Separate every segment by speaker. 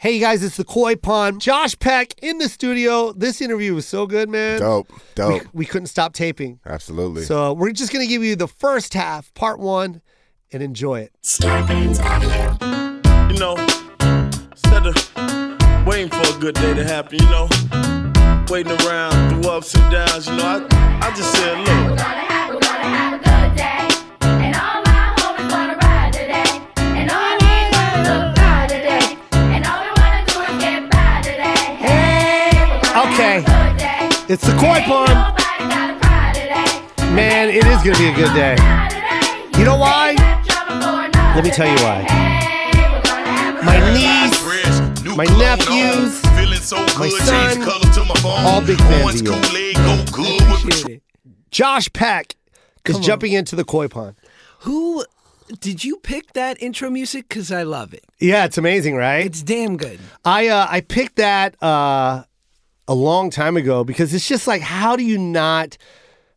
Speaker 1: Hey you guys, it's the Koi Pond. Josh Peck in the studio. This interview was so good, man.
Speaker 2: Dope,
Speaker 1: We,
Speaker 2: dope.
Speaker 1: we couldn't stop taping.
Speaker 2: Absolutely.
Speaker 1: So we're just gonna give you the first half, part one, and enjoy it.
Speaker 3: You know, instead of waiting for a good day to happen, you know, waiting around through ups and downs, you know, I, I just said, look.
Speaker 1: Okay. It's the Koi Pond. Man, it is gonna be a good day. You know why? Let me tell you why. My niece,
Speaker 4: my
Speaker 1: nephews, my son, all big fans of you. Appreciate it. Josh Peck is jumping into the koi pond.
Speaker 5: Who did you pick that intro music? Because I love it.
Speaker 1: Yeah, it's amazing, right?
Speaker 5: It's damn good.
Speaker 1: I uh, I picked that uh, a long time ago because it's just like how do you not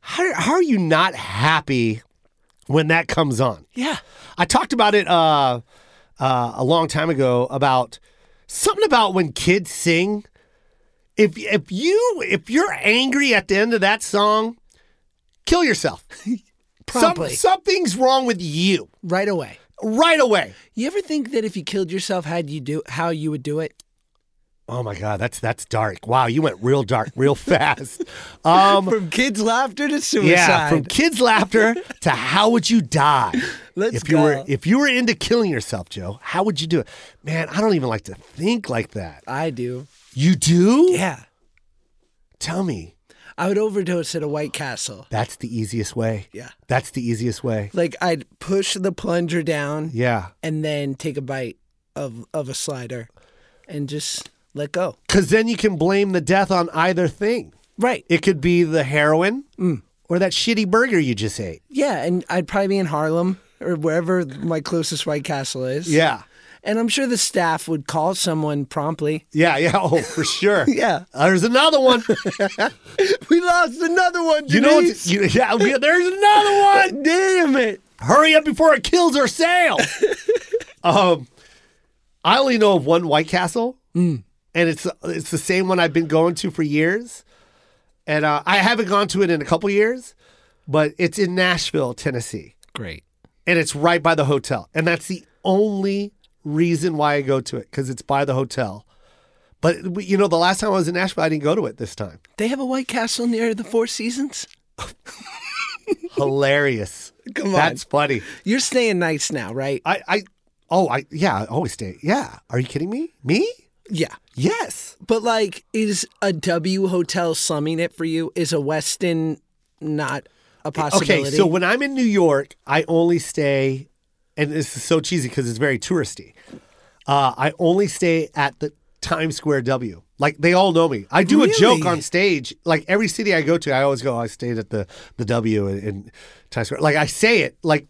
Speaker 1: how, how are you not happy when that comes on?
Speaker 5: Yeah.
Speaker 1: I talked about it uh, uh, a long time ago about something about when kids sing. If if you if you're angry at the end of that song, kill yourself. Some,
Speaker 5: Promptly.
Speaker 1: something's wrong with you
Speaker 5: Right away.
Speaker 1: right away.
Speaker 5: You ever think that if you killed yourself, how you do how you would do it?
Speaker 1: Oh my god, that's that's dark. Wow, you went real dark real fast. Um,
Speaker 5: From kids' laughter to suicide.
Speaker 1: yeah, from kids' laughter to how would you die?
Speaker 5: Let's
Speaker 1: if you were
Speaker 5: go.
Speaker 1: if you were into killing yourself, Joe, how would you do it? Man, I don't even like to think like that.
Speaker 5: I do.
Speaker 1: You do?
Speaker 5: Yeah.
Speaker 1: Tell me.
Speaker 5: I would overdose at a White Castle.
Speaker 1: That's the easiest way.
Speaker 5: Yeah.
Speaker 1: That's the easiest way.
Speaker 5: Like I'd push the plunger down
Speaker 1: Yeah.
Speaker 5: and then take a bite of of a slider and just let go.
Speaker 1: Cause then you can blame the death on either thing.
Speaker 5: Right.
Speaker 1: It could be the heroin
Speaker 5: Mm.
Speaker 1: or that shitty burger you just ate.
Speaker 5: Yeah, and I'd probably be in Harlem or wherever my closest White Castle is.
Speaker 1: Yeah.
Speaker 5: And I'm sure the staff would call someone promptly.
Speaker 1: Yeah, yeah. Oh, for sure.
Speaker 5: Yeah.
Speaker 1: There's another one.
Speaker 5: We lost another one.
Speaker 1: You know, it's- you, yeah, we- there's another one.
Speaker 5: damn it.
Speaker 1: Hurry up before it kills our sale. um, I only know of one White Castle,
Speaker 5: Hmm.
Speaker 1: and it's it's the same one I've been going to for years, and uh, I haven't gone to it in a couple years, but it's in Nashville, Tennessee,
Speaker 5: Great.
Speaker 1: and it's right by the hotel, and that's the only reason why I go to it because it's by the hotel. But you know, the last time I was in Nashville, I didn't go to it this time.
Speaker 5: They have a White Castle near the Four Seasons?
Speaker 1: Hilarious.
Speaker 5: Come on.
Speaker 1: That's funny.
Speaker 5: You're staying nights now, right?
Speaker 1: I, I, oh, I, yeah, I always stay. Yeah. Are you kidding me? Me?
Speaker 5: Yeah.
Speaker 1: Yes.
Speaker 5: But like, is a W hotel slumming it for you? Is a Westin not a possibility?
Speaker 1: Okay. So when I'm in New York, I only stay, and this is so cheesy because it's very touristy. Uh, I only stay at the Times Square W. Like they all know me. I do a joke
Speaker 5: Really?
Speaker 1: on stage. Like every city I go to, I always go. "Oh, I stayed at the the W in, in Times Square. Like I say it like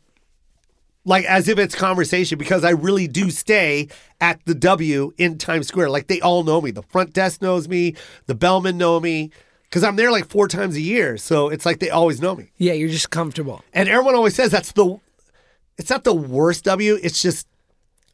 Speaker 1: like as if it's conversation because I really do stay at the W in Times Square. Like they all know me. The front desk knows me. The bellman know me because I'm there like four times a year. So it's like they always know me.
Speaker 5: yeah, you're just comfortable.
Speaker 1: And everyone always says that's the. It's not the worst W. It's just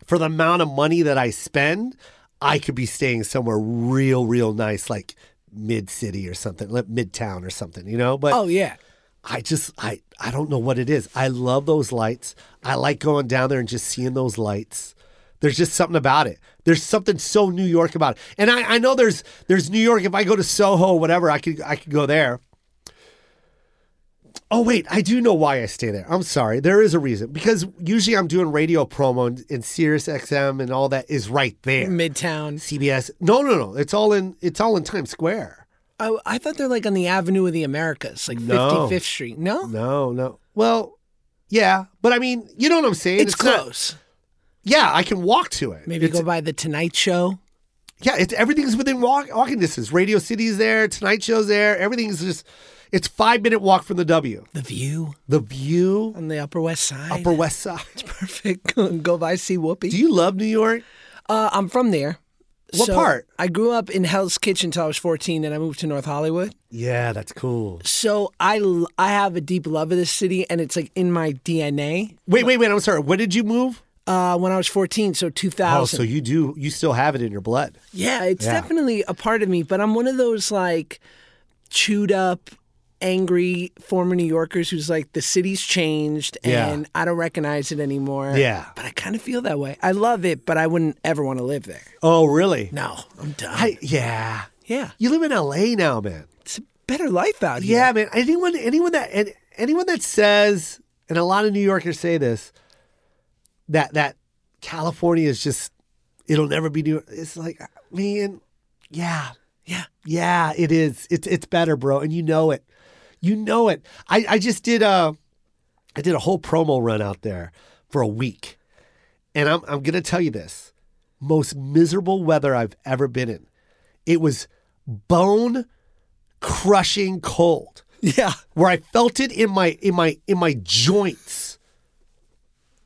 Speaker 1: for the amount of money that I spend, I could be staying somewhere real, real nice, like mid city or something, like midtown or something, you know. But
Speaker 5: Oh yeah.
Speaker 1: I just I I don't know what it is. I love those lights. I like going down there and just seeing those lights. There's just something about it. There's something so New York about it. And I, I know there's there's New York. If I go to Soho, whatever, I could I could go there. Oh wait, I do know why I stay there. I'm sorry. There is a reason because usually I'm doing radio promo and, and Sirius XM and all that is right there.
Speaker 5: Midtown.
Speaker 1: CBS. No, no, no. It's all in it's all in Times Square.
Speaker 5: I, I thought they're like on the Avenue of the Americas, like
Speaker 1: No.
Speaker 5: 55th Street. No,
Speaker 1: No, no. Well, yeah, but I mean, you know what I'm saying?
Speaker 5: it's,
Speaker 1: not-
Speaker 5: close.
Speaker 1: yeah, I can walk to it.
Speaker 5: Maybe
Speaker 1: It's-
Speaker 5: go by the Tonight Show.
Speaker 1: Yeah, it's everything's within walk, walking distance. Radio City's there, Tonight Show's there. Everything's just. It's five minute walk from the W.
Speaker 5: The View
Speaker 1: The View,
Speaker 5: on the Upper West Side.
Speaker 1: Upper West Side.
Speaker 5: Perfect. Go by see Whoopi.
Speaker 1: Do you love New York?
Speaker 5: uh, I'm from there.
Speaker 1: What
Speaker 5: So,
Speaker 1: part?
Speaker 5: I grew up in Hell's Kitchen until I was 14, and I moved to North Hollywood.
Speaker 1: Yeah, that's cool.
Speaker 5: So I l- I have a deep love of this city, and it's like in my DNA.
Speaker 1: Wait, wait, wait. I'm sorry. When did you move?
Speaker 5: uh, when I was 14, so 2000.
Speaker 1: Oh, so you do you still have it in your blood?
Speaker 5: Yeah, it's
Speaker 1: Yeah.
Speaker 5: definitely a part of me, but I'm one of those like chewed up, angry former New Yorkers who's like, the city's changed
Speaker 1: Yeah.
Speaker 5: and I don't recognize it anymore.
Speaker 1: Yeah.
Speaker 5: But I kind of feel that way. I love it, but I wouldn't ever want to live there.
Speaker 1: Oh, really?
Speaker 5: No, I'm done.
Speaker 1: I yeah.
Speaker 5: yeah.
Speaker 1: You live in L.A. now, man.
Speaker 5: It's a better life out here.
Speaker 1: Yeah, man. Anyone, anyone that, and anyone that says, and a lot of New Yorkers say this, that that California is just, it'll never be New. It's like, man, yeah,
Speaker 5: Yeah.
Speaker 1: yeah, it is. It's it's better, bro, and you know it. You know it. I I just did a, I did a whole promo run out there for a week, and I'm I'm gonna tell you this, most miserable weather I've ever been in. It was bone crushing cold
Speaker 5: Yeah.
Speaker 1: where I felt it in my in my in my joints.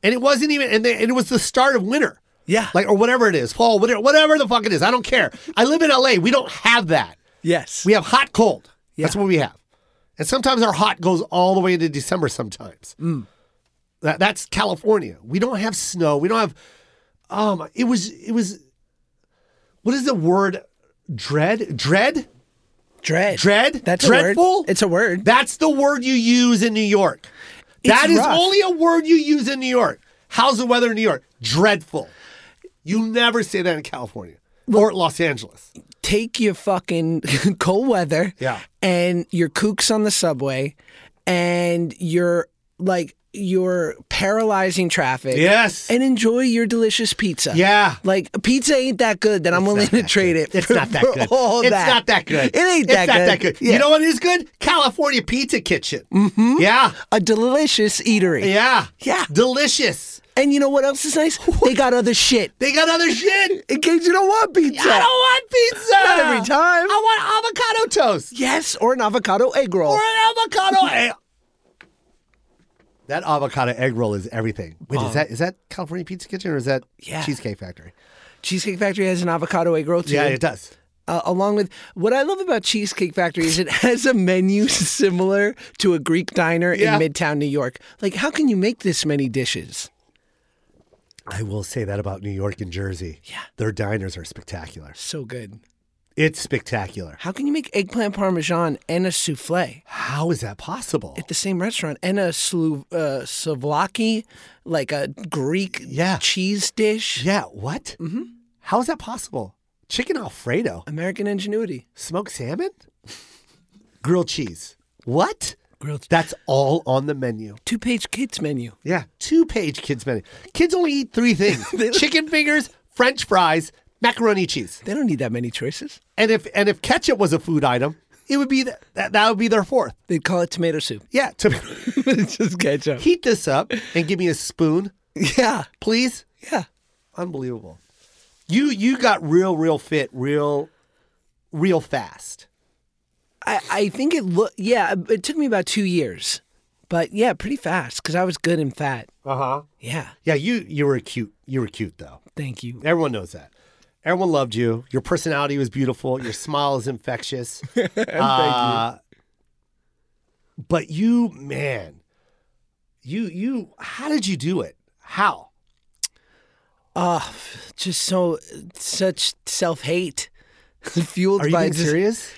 Speaker 1: And it wasn't even and, they, and it was the start of winter.
Speaker 5: Yeah.
Speaker 1: Like or whatever it is, Paul, whatever, whatever the fuck it is. I don't care. I live in LA. We don't have that.
Speaker 5: yes.
Speaker 1: We have hot cold. That's
Speaker 5: Yeah.
Speaker 1: what we have. And sometimes our hot goes all the way into December sometimes.
Speaker 5: Mm.
Speaker 1: That, that's California. We don't have snow. We don't have um it was it was what is the word dread? Dread?
Speaker 5: Dread.
Speaker 1: Dread?
Speaker 5: That's a
Speaker 1: Dreadful?
Speaker 5: word. It's a word.
Speaker 1: That's the word you use in New York. That is
Speaker 5: rough.
Speaker 1: only a word you use in New York. How's the weather in New York? Dreadful. You never say that in California or Los Angeles.
Speaker 5: take your fucking cold weather
Speaker 1: Yeah.
Speaker 5: and your kooks on the subway and your like your paralyzing traffic
Speaker 1: Yes.
Speaker 5: and enjoy your delicious pizza
Speaker 1: Yeah.
Speaker 5: like pizza ain't that good that i'm willing to trade it
Speaker 1: It's
Speaker 5: for-
Speaker 1: not that
Speaker 5: for
Speaker 1: good.
Speaker 5: all
Speaker 1: it's
Speaker 5: that.
Speaker 1: not that good.
Speaker 5: it ain't
Speaker 1: It's
Speaker 5: that
Speaker 1: not
Speaker 5: good,
Speaker 1: that good.
Speaker 5: Yeah.
Speaker 1: You know what is good? California Pizza Kitchen. Mm-hmm. Yeah.
Speaker 5: a delicious eatery
Speaker 1: Yeah.
Speaker 5: Yeah.
Speaker 1: Delicious.
Speaker 5: and you know what else is nice they got other shit
Speaker 1: They got other shit.
Speaker 5: in case you don't want pizza
Speaker 1: I don't want pizza.
Speaker 5: Not every time.
Speaker 1: I want avocado toast.
Speaker 5: yes or an avocado egg roll
Speaker 1: or an avocado egg. That avocado egg roll is everything. Wait, is that is that California Pizza Kitchen or is that
Speaker 5: Yeah.
Speaker 1: Cheesecake Factory?
Speaker 5: cheesecake factory has an avocado egg roll too
Speaker 1: Yeah, it does.
Speaker 5: uh, along with what I love about Cheesecake Factory is it has a menu similar to a Greek diner
Speaker 1: Yeah.
Speaker 5: in Midtown New York. Like, how can you make this many dishes?
Speaker 1: I will say that about New York and Jersey.
Speaker 5: Yeah.
Speaker 1: their diners are spectacular.
Speaker 5: So good.
Speaker 1: It's spectacular.
Speaker 5: How can you make eggplant parmesan and a souffle
Speaker 1: How is that possible?
Speaker 5: at the same restaurant and a slu- uh, souvlaki, like a Greek
Speaker 1: Yeah.
Speaker 5: cheese dish?
Speaker 1: yeah, what? Mm-hmm. How is that possible? Chicken Alfredo,
Speaker 5: American ingenuity.
Speaker 1: smoked salmon, grilled cheese. What?
Speaker 5: Grilled.
Speaker 1: That's all on the menu.
Speaker 5: Two page kids menu.
Speaker 1: Yeah, two page kids menu. Kids only eat three things: chicken fingers, French fries, macaroni cheese.
Speaker 5: They don't need that many choices.
Speaker 1: And if and if ketchup was a food item, it would be th- that that would be their fourth.
Speaker 5: They'd call it tomato soup.
Speaker 1: Yeah, to
Speaker 5: it's just ketchup.
Speaker 1: heat this up and give me a spoon,
Speaker 5: Yeah.
Speaker 1: please.
Speaker 5: Yeah.
Speaker 1: Unbelievable. You you got real real fit, real real fast.
Speaker 5: I, I think it look yeah it took me about two years but yeah pretty fast because i was good and fat
Speaker 1: Uh huh.
Speaker 5: yeah
Speaker 1: Yeah, you you were cute. You were cute though.
Speaker 5: thank you
Speaker 1: Everyone knows that. Everyone loved you. Your personality was beautiful. Your smile is infectious. Uh, But you, man, you you. How did you do it? How?
Speaker 5: Ah, just so such self-hate fueled
Speaker 1: Are you
Speaker 5: by
Speaker 1: being
Speaker 5: just-
Speaker 1: serious?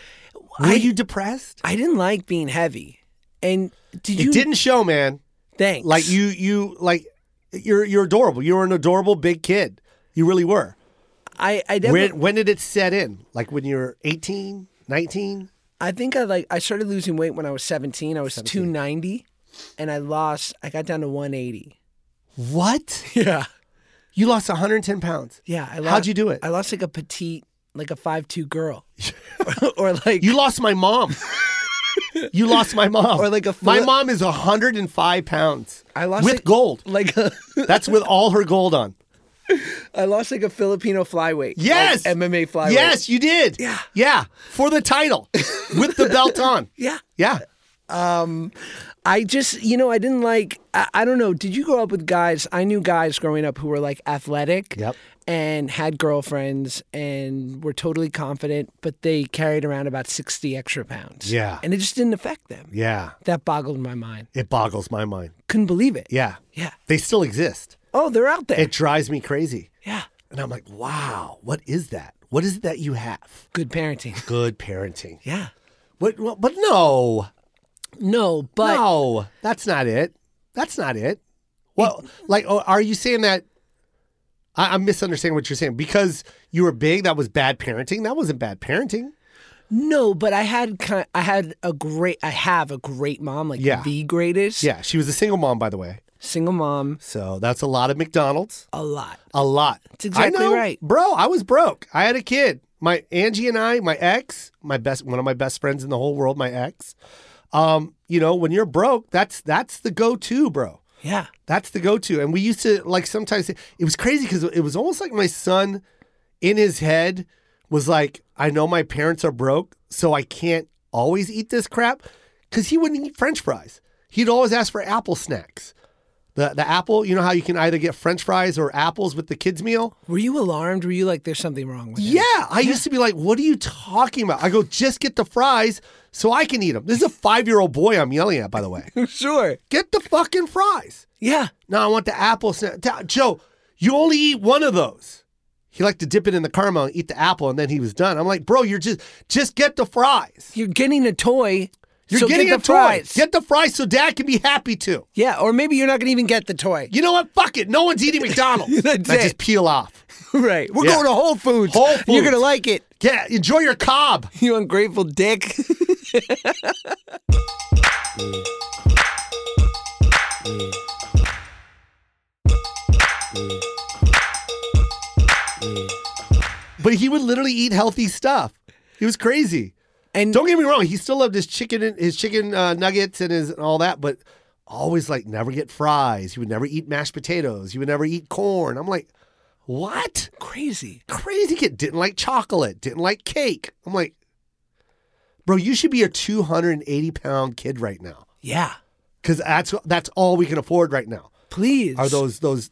Speaker 1: Were
Speaker 5: I-
Speaker 1: you depressed?
Speaker 5: i didn't like being heavy and did you
Speaker 1: it didn't show, man.
Speaker 5: thanks
Speaker 1: Like you you like you're you're adorable. You were an adorable big kid. You really were.
Speaker 5: i i never,
Speaker 1: When when did it set in? Like when you were 18, 19?
Speaker 5: i think i like i started losing weight when i was 17 i was 290 and i lost i got down to 180
Speaker 1: What?
Speaker 5: yeah
Speaker 1: You lost 110 pounds.
Speaker 5: yeah i lost
Speaker 1: How'd you do it?
Speaker 5: i lost like a petite like a 5'2 girl or like
Speaker 1: You lost my mom. you lost my mom.
Speaker 5: Or like a
Speaker 1: my
Speaker 5: Philip-
Speaker 1: mom is 105 pounds.
Speaker 5: I lost
Speaker 1: with
Speaker 5: it-
Speaker 1: gold.
Speaker 5: like a
Speaker 1: That's with all her gold on.
Speaker 5: I lost like a Filipino flyweight.
Speaker 1: Yes.
Speaker 5: Like MMA flyweight.
Speaker 1: Yes, you did.
Speaker 5: Yeah.
Speaker 1: Yeah. For the title. with the belt on.
Speaker 5: Yeah.
Speaker 1: Yeah.
Speaker 5: I just, you know, I didn't like, I, I don't know. Did you grow up with guys? I knew guys growing up who were like athletic
Speaker 1: Yep.
Speaker 5: and had girlfriends and were totally confident, but they carried around about 60 extra pounds.
Speaker 1: Yeah.
Speaker 5: And it just didn't affect them.
Speaker 1: Yeah.
Speaker 5: That boggled my mind.
Speaker 1: It boggles my mind.
Speaker 5: Couldn't believe it.
Speaker 1: Yeah.
Speaker 5: Yeah.
Speaker 1: They still exist.
Speaker 5: Oh, they're out there.
Speaker 1: It drives me crazy.
Speaker 5: yeah.
Speaker 1: And I'm like, wow, what is that? What is it that you have?
Speaker 5: Good parenting.
Speaker 1: Good parenting.
Speaker 5: Yeah.
Speaker 1: What, what, but no,
Speaker 5: No, but
Speaker 1: no, that's not it. That's not it. Well, like, oh, are you saying that? I, I'm misunderstanding what you're saying because you were big. That was bad parenting. That wasn't bad parenting.
Speaker 5: no, but I had kind I had a great I have a great mom, like
Speaker 1: Yeah.
Speaker 5: the greatest.
Speaker 1: Yeah, she was a single mom, by the way.
Speaker 5: Single mom.
Speaker 1: So that's a lot of McDonald's.
Speaker 5: A lot.
Speaker 1: A lot.
Speaker 5: That's exactly
Speaker 1: I know,
Speaker 5: right.
Speaker 1: bro. I was broke. I had a kid. My Angie and I, my ex, my best, one of my best friends in the whole world, my ex. Um, you know, when you're broke, that's that's the go-to, bro.
Speaker 5: Yeah.
Speaker 1: That's the go-to. And we used to like sometimes it was crazy because it was almost like my son, in his head, was like, I know my parents are broke, so I can't always eat this crap, because he wouldn't eat French fries. He'd always ask for apple snacks. The the apple, you know how you can either get French fries or apples with the kids meal.
Speaker 5: Were you alarmed? Were you like there's something wrong with
Speaker 1: Yeah,
Speaker 5: it?
Speaker 1: I used to be like, "What are you talking about?" I go, "Just get the fries so I can eat them." This is a five year old boy I'm yelling at, by the way.
Speaker 5: Yeah. sure.
Speaker 1: get the fucking fries.
Speaker 5: Yeah.
Speaker 1: No, I want the apple snack. Ta- Joe, you only eat one of those. He liked to dip it in the caramel and eat the apple, and then he was done. I'm like, bro, you're just just get the fries.
Speaker 5: You're getting a toy.
Speaker 1: You're
Speaker 5: so
Speaker 1: getting
Speaker 5: get
Speaker 1: a
Speaker 5: the
Speaker 1: toy.
Speaker 5: fries.
Speaker 1: Get the fries so dad can be happy too.
Speaker 5: yeah, or maybe you're not gonna even get the toy.
Speaker 1: You know what? Fuck it. No one's eating McDonald's.
Speaker 5: That's
Speaker 1: I
Speaker 5: it.
Speaker 1: just peel off.
Speaker 5: right. We're
Speaker 1: Yeah.
Speaker 5: going to Whole Foods.
Speaker 1: Whole
Speaker 5: You're
Speaker 1: Foods.
Speaker 5: gonna like it.
Speaker 1: Yeah, enjoy your cob.
Speaker 5: You ungrateful dick.
Speaker 1: But he would literally eat healthy stuff. He was crazy.
Speaker 5: and
Speaker 1: Don't get me wrong. He still loved his chicken, and his chicken uh, nuggets, and his and all that. But always like never get fries. He would never eat mashed potatoes. He would never eat corn. I'm like, what?
Speaker 5: crazy.
Speaker 1: crazy kid didn't like chocolate, didn't like cake. I'm like, bro, you should be a 280 pound kid right now
Speaker 5: Yeah.
Speaker 1: because that's that's all we can afford right now.
Speaker 5: Please.
Speaker 1: Are those those?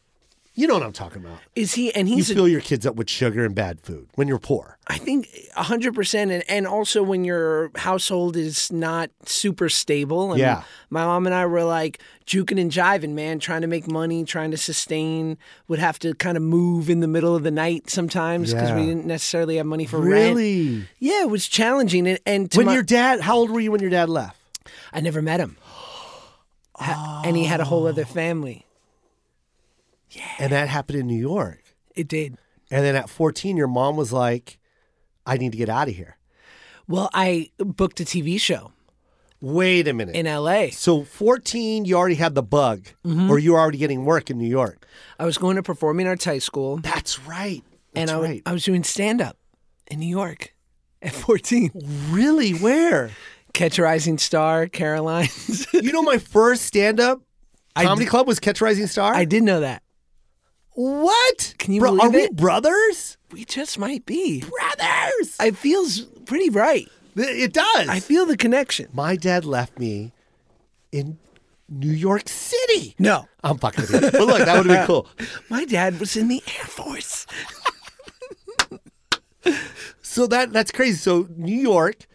Speaker 1: You know what I'm talking about.
Speaker 5: Is he? And
Speaker 1: You
Speaker 5: he's. a-
Speaker 1: fill your kids up with sugar and bad food when you're poor.
Speaker 5: I think hundred percent, and and also when your household is not super stable. I mean,
Speaker 1: Yeah.
Speaker 5: my mom and I were like juking and jiving, man, trying to make money, trying to sustain. Would have to kind of move in the middle of the night sometimes because
Speaker 1: Yeah.
Speaker 5: we didn't necessarily have money for rent.
Speaker 1: Really?
Speaker 5: Yeah, it was challenging, and and to
Speaker 1: When
Speaker 5: my-
Speaker 1: your dad? How old were you when your dad left?
Speaker 5: I never met him, Ha- and he had a whole other family.
Speaker 1: And that happened in New York.
Speaker 5: It did.
Speaker 1: And then at 14, your mom was like, "I need to get out of here."
Speaker 5: Well, I booked a TV show
Speaker 1: Wait a minute.
Speaker 5: in L.A.
Speaker 1: so 14, you already had the bug,
Speaker 5: Mm-hmm.
Speaker 1: or you were already getting work in New York.
Speaker 5: I was going to performing arts high school.
Speaker 1: That's right.
Speaker 5: and
Speaker 1: That's
Speaker 5: I, w-
Speaker 1: right.
Speaker 5: I was doing stand up in New York at 14.
Speaker 1: Really? Where?
Speaker 5: Catch a Rising Star, Caroline's.
Speaker 1: you know, my first stand up comedy club was Catch a Rising Star?
Speaker 5: I did know that.
Speaker 1: what?
Speaker 5: Can you
Speaker 1: Bro,
Speaker 5: believe
Speaker 1: Are we
Speaker 5: it?
Speaker 1: brothers?
Speaker 5: We just might be.
Speaker 1: Brothers!
Speaker 5: It feels pretty right.
Speaker 1: Th- it does.
Speaker 5: I feel the connection.
Speaker 1: my dad left me in New York City.
Speaker 5: No.
Speaker 1: I'm fucking with you. But look, that would have been cool.
Speaker 5: My dad was in the Air Force.
Speaker 1: So that that's crazy. So New York,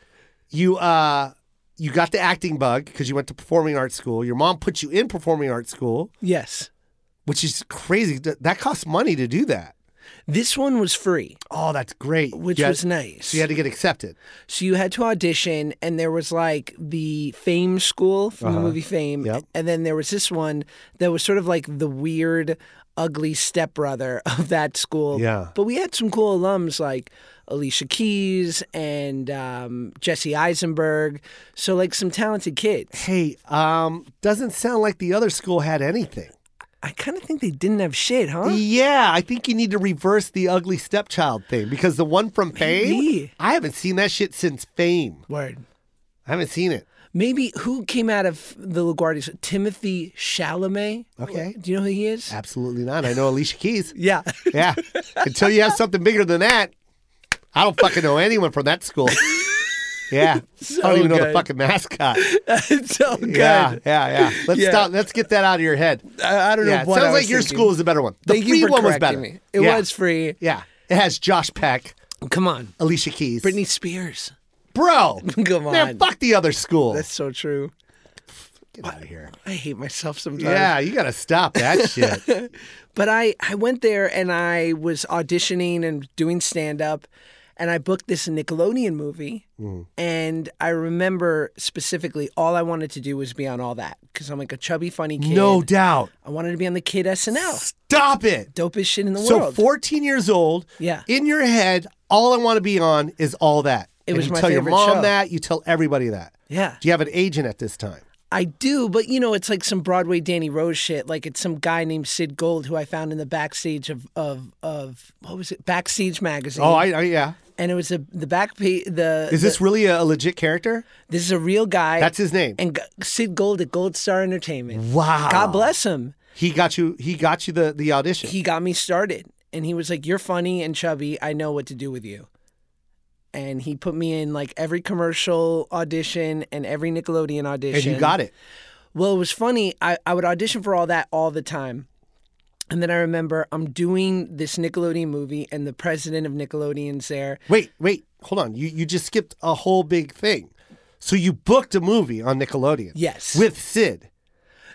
Speaker 1: you uh you got the acting bug because you went to performing arts school. Your mom put you in performing arts school,
Speaker 5: Yes.
Speaker 1: which is crazy. Th- That costs money to do that.
Speaker 5: This one was free,
Speaker 1: Oh, that's great.
Speaker 5: which
Speaker 1: You had-
Speaker 5: was nice.
Speaker 1: So you had to get accepted.
Speaker 5: So you had to audition, and there was like the Fame School from the movie Fame,
Speaker 1: Uh-huh. Yep.
Speaker 5: and then there was this one that was sort of like the weird, ugly stepbrother of that school.
Speaker 1: Yeah.
Speaker 5: But we had some cool alums like Alicia Keys and um, Jesse Eisenberg, so like some talented kids.
Speaker 1: Hey, um, doesn't sound like the other school had anything.
Speaker 5: I kind of think they didn't have shit, huh?
Speaker 1: E Yeah, I think you need to reverse the ugly stepchild thing because the one from Fame,
Speaker 5: Maybe.
Speaker 1: I haven't seen that shit since Fame.
Speaker 5: Word.
Speaker 1: I haven't seen it.
Speaker 5: Maybe who came out of the LaGuardia? Timothy Chalamet.
Speaker 1: Okay.
Speaker 5: Do you know who he is?
Speaker 1: Absolutely not. I know Alicia Keys.
Speaker 5: Yeah.
Speaker 1: Yeah, until you have something bigger than that, I don't fucking know anyone from that school. Yeah, I
Speaker 5: So
Speaker 1: don't even know the
Speaker 5: good.
Speaker 1: fucking mascot.
Speaker 5: it's so good.
Speaker 1: Yeah, yeah, yeah. Let's
Speaker 5: Yeah.
Speaker 1: stop. Let's get that out of your head.
Speaker 5: I, I don't know.
Speaker 1: Yeah, it
Speaker 5: what
Speaker 1: sounds
Speaker 5: I
Speaker 1: like
Speaker 5: was
Speaker 1: your
Speaker 5: thinking.
Speaker 1: school is the better one. The
Speaker 5: Thank
Speaker 1: free
Speaker 5: you for
Speaker 1: one was
Speaker 5: correcting
Speaker 1: better.
Speaker 5: Me. It
Speaker 1: Yeah.
Speaker 5: was free.
Speaker 1: Yeah, it has Josh Peck.
Speaker 5: Come on,
Speaker 1: Alicia Keys.
Speaker 5: Britney Spears.
Speaker 1: Bro.
Speaker 5: Come on,
Speaker 1: Man, fuck the other school.
Speaker 5: that's so true.
Speaker 1: Get out of here.
Speaker 5: I hate myself sometimes.
Speaker 1: Yeah, you got to stop that shit.
Speaker 5: But I, I went there and I was auditioning and doing stand up and I booked this Nickelodeon movie.
Speaker 1: Mm.
Speaker 5: And I remember specifically all I wanted to do was be on all that because I'm like a chubby, funny kid.
Speaker 1: No doubt.
Speaker 5: I wanted to be on the kid SNL.
Speaker 1: Stop it.
Speaker 5: Dopest shit in the
Speaker 1: So
Speaker 5: world.
Speaker 1: 14 years old,
Speaker 5: Yeah.
Speaker 1: in your head, all I want to be on is all that.
Speaker 5: It
Speaker 1: And
Speaker 5: was
Speaker 1: you
Speaker 5: my
Speaker 1: tell your
Speaker 5: favorite
Speaker 1: mom
Speaker 5: show.
Speaker 1: that, you tell everybody that.
Speaker 5: yeah.
Speaker 1: Do you have an agent at this time?
Speaker 5: I do, but you know, it's like some Broadway Danny Rose shit. Like it's some guy named Sid Gold who I found in the backstage of of of what was it? Backstage magazine.
Speaker 1: Oh, I, I yeah.
Speaker 5: and it was a, the back pa- the
Speaker 1: Is this really a, a legit character?
Speaker 5: this is a real guy.
Speaker 1: That's his name.
Speaker 5: and G- Sid Gold at Gold Star Entertainment.
Speaker 1: Wow.
Speaker 5: God bless him.
Speaker 1: He got you. He got you the the audition.
Speaker 5: He got me started, and he was like, "You're funny and chubby. I know what to do with you." And he put me in like every commercial audition and every Nickelodeon audition.
Speaker 1: and you got it.
Speaker 5: Well, it was funny. I, I would audition for all that all the time. And then I remember I'm doing this Nickelodeon movie, and the president of Nickelodeon's there.
Speaker 1: Wait, wait, hold on. You you just skipped a whole big thing. So you booked a movie on Nickelodeon.
Speaker 5: Yes.
Speaker 1: With Sid.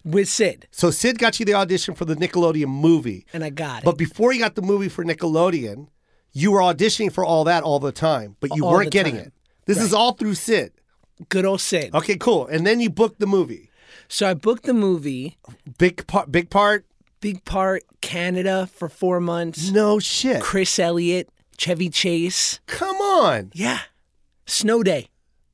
Speaker 5: with Sid.
Speaker 1: So Sid got you the audition for the Nickelodeon movie.
Speaker 5: And I got it.
Speaker 1: But before you got the movie for Nickelodeon, you were auditioning for all that all the time, but you
Speaker 5: All
Speaker 1: weren't
Speaker 5: the
Speaker 1: getting
Speaker 5: time.
Speaker 1: it. This is all through Sid.
Speaker 5: Good old Sid.
Speaker 1: Okay, cool. And then you booked the movie.
Speaker 5: So I booked the movie,
Speaker 1: Big part. Big part.
Speaker 5: big part, Canada for four months.
Speaker 1: No shit.
Speaker 5: Chris Elliott, Chevy Chase.
Speaker 1: Come on.
Speaker 5: Yeah. Snow Day.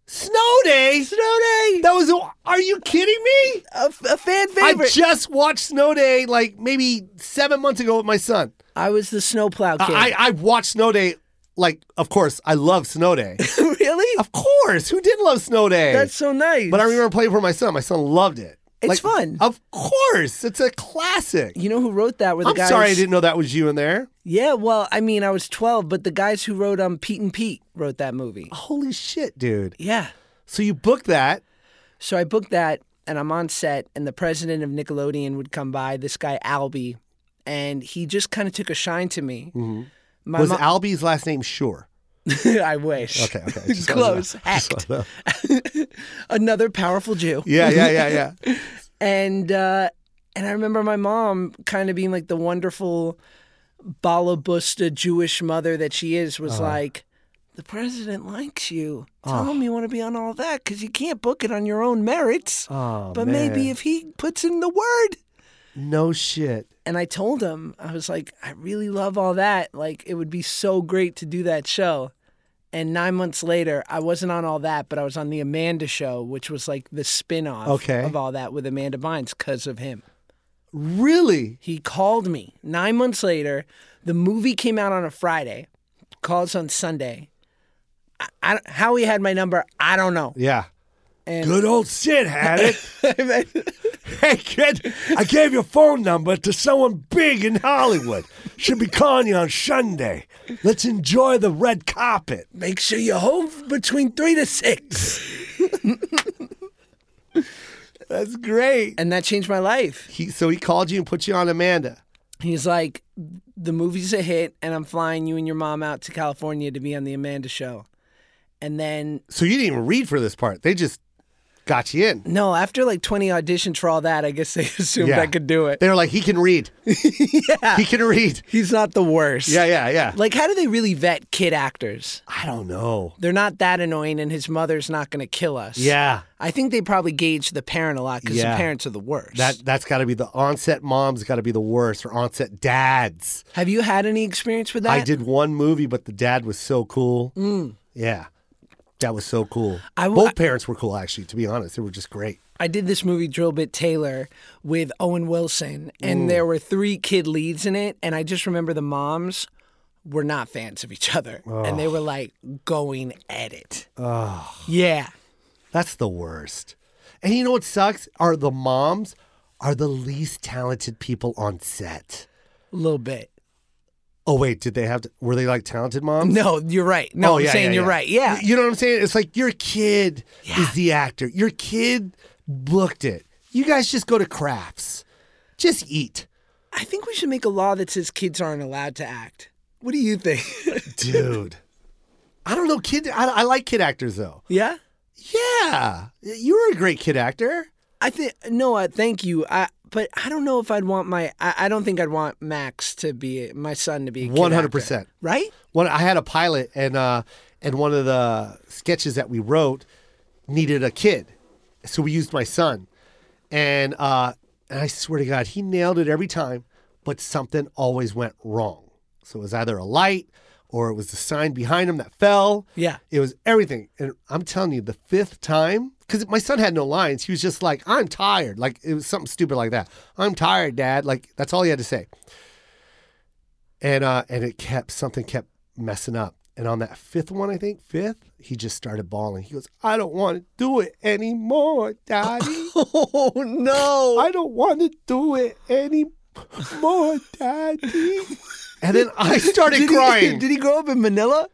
Speaker 1: Snow Day. Snow Day. That was. a- Are you kidding me?
Speaker 5: A, a fan
Speaker 1: I
Speaker 5: favorite.
Speaker 1: just watched Snow Day like maybe seven months ago with my son.
Speaker 5: I was the snowplow kid.
Speaker 1: I, I watched Snow Day. Like, of course, I love Snow Day.
Speaker 5: really?
Speaker 1: of course, who didn't love Snow Day?
Speaker 5: That's so nice.
Speaker 1: But I remember playing for my son. My son loved it.
Speaker 5: It's fun.
Speaker 1: Of course, it's a classic.
Speaker 5: You know who wrote that? Were the
Speaker 1: I'm
Speaker 5: guys?
Speaker 1: sorry I didn't know that was you in there.
Speaker 5: Yeah, well, I mean, I was 12, but the guys who wrote um Pete and Pete wrote that movie.
Speaker 1: Holy shit, dude!
Speaker 5: Yeah.
Speaker 1: So you booked that?
Speaker 5: So I booked that and I'm on set and the president of Nickelodeon would come by, this guy Albie, and he just kind of took a shine to me. My
Speaker 1: Mm-hmm. was
Speaker 5: mo-
Speaker 1: Albie's last name Sure?
Speaker 5: I wish.
Speaker 1: Okay, okay. I just wanted to know.
Speaker 5: Close. Hacked. Another powerful Jew.
Speaker 1: Yeah, yeah, yeah, yeah.
Speaker 5: And uh and I remember my mom kind of being like the wonderful balabusta Jewish mother that she is
Speaker 1: Uh-huh.
Speaker 5: was like the president likes you. Tell
Speaker 1: Ah.
Speaker 5: him you want to be on all that because you can't book it on your own merits.
Speaker 1: Oh,
Speaker 5: but
Speaker 1: man.
Speaker 5: maybe if he puts in the word.
Speaker 1: no shit.
Speaker 5: And I told him, I was like, I really love all that. Like, it would be so great to do that show. And nine months later, I wasn't on all that, but I was on the Amanda show, which was like the spin off
Speaker 1: Okay.
Speaker 5: of all that with Amanda Bynes because of him.
Speaker 1: Really?
Speaker 5: He called me nine months later. The movie came out on a Friday, calls on Sunday. I, I, how he had my number, I don't know.
Speaker 1: Yeah.
Speaker 5: And
Speaker 1: Good old Sid had it. hey kid, I gave your phone number to someone big in Hollywood. Should be calling you on Sunday. Let's enjoy the red carpet.
Speaker 5: make sure you're home between three to six.
Speaker 1: That's great.
Speaker 5: And that changed my life.
Speaker 1: He, so he called you and put you on Amanda.
Speaker 5: He's like, the movie's a hit, and I'm flying you and your mom out to California to be on the Amanda show. And then,
Speaker 1: So you didn't even read for this part. They just got you in.
Speaker 5: no, after like 20 auditions for all that, I guess they assumed
Speaker 1: Yeah.
Speaker 5: I could do it.
Speaker 1: They were like, he can read. yeah. He can read.
Speaker 5: He's not the worst.
Speaker 1: Yeah, yeah, yeah.
Speaker 5: Like, how do they really vet kid actors?
Speaker 1: I don't know.
Speaker 5: They're not that annoying, and his mother's not going to kill us.
Speaker 1: Yeah.
Speaker 5: I think they probably gauge the parent a lot because
Speaker 1: Yeah.
Speaker 5: the parents are the worst.
Speaker 1: That that's got to be the onset mom's got to be the worst or onset dads.
Speaker 5: Have you had any experience with that? Mm.
Speaker 1: I did one movie, but the dad was so cool. Yeah, that was so cool.
Speaker 5: I w-
Speaker 1: Both parents were cool, actually. To be honest, they were just great.
Speaker 5: I did this movie Drill Bit Taylor with Owen Wilson, and there were three kid leads in it, and I just remember the moms were not fans of each other, and they were like going at it. Yeah,
Speaker 1: That's the worst. And you know what sucks? Are the moms are the least talented people on set.
Speaker 5: a little bit.
Speaker 1: Oh wait, did they have to, were they like talented moms?
Speaker 5: No, you're right. No,
Speaker 1: oh,
Speaker 5: I'm
Speaker 1: yeah,
Speaker 5: saying
Speaker 1: yeah,
Speaker 5: you're
Speaker 1: yeah.
Speaker 5: right. Yeah,
Speaker 1: Y- You know what I'm saying? It's like your kid is the actor. Your kid booked it. You guys just go to crafts. Just eat.
Speaker 5: I think we should make a law that says kids aren't allowed to act. What do you think?
Speaker 1: Dude. I don't know kid I, I like kid actors though.
Speaker 5: yeah,
Speaker 1: Yeah. You were a great kid actor.
Speaker 5: I think no. I thank you. I but I don't know if I'd want my. I, I don't think I'd want Max to be my son to be a kid actor.
Speaker 1: 100%.
Speaker 5: right.
Speaker 1: When I had a pilot, and uh, and one of the sketches that we wrote needed a kid, so we used my son, and uh, and I swear to God, he nailed it every time, but something always went wrong. So it was either a light, or it was the sign behind him that fell.
Speaker 5: Yeah.
Speaker 1: it was everything, and I'm telling you, the fifth time. Because my son had no lines. He was just like, I'm tired. Like, it was something stupid like that. I'm tired, dad. Like, that's all he had to say and uh, and it kept something kept messing up. And on that fifth one, I think fifth, he just started bawling. He goes, "I don't want to do it anymore, Daddy.
Speaker 5: Oh no!
Speaker 1: I don't want to do it anymore, Daddy." And then I started
Speaker 5: did He,
Speaker 1: crying.
Speaker 5: did he grow up in Manila?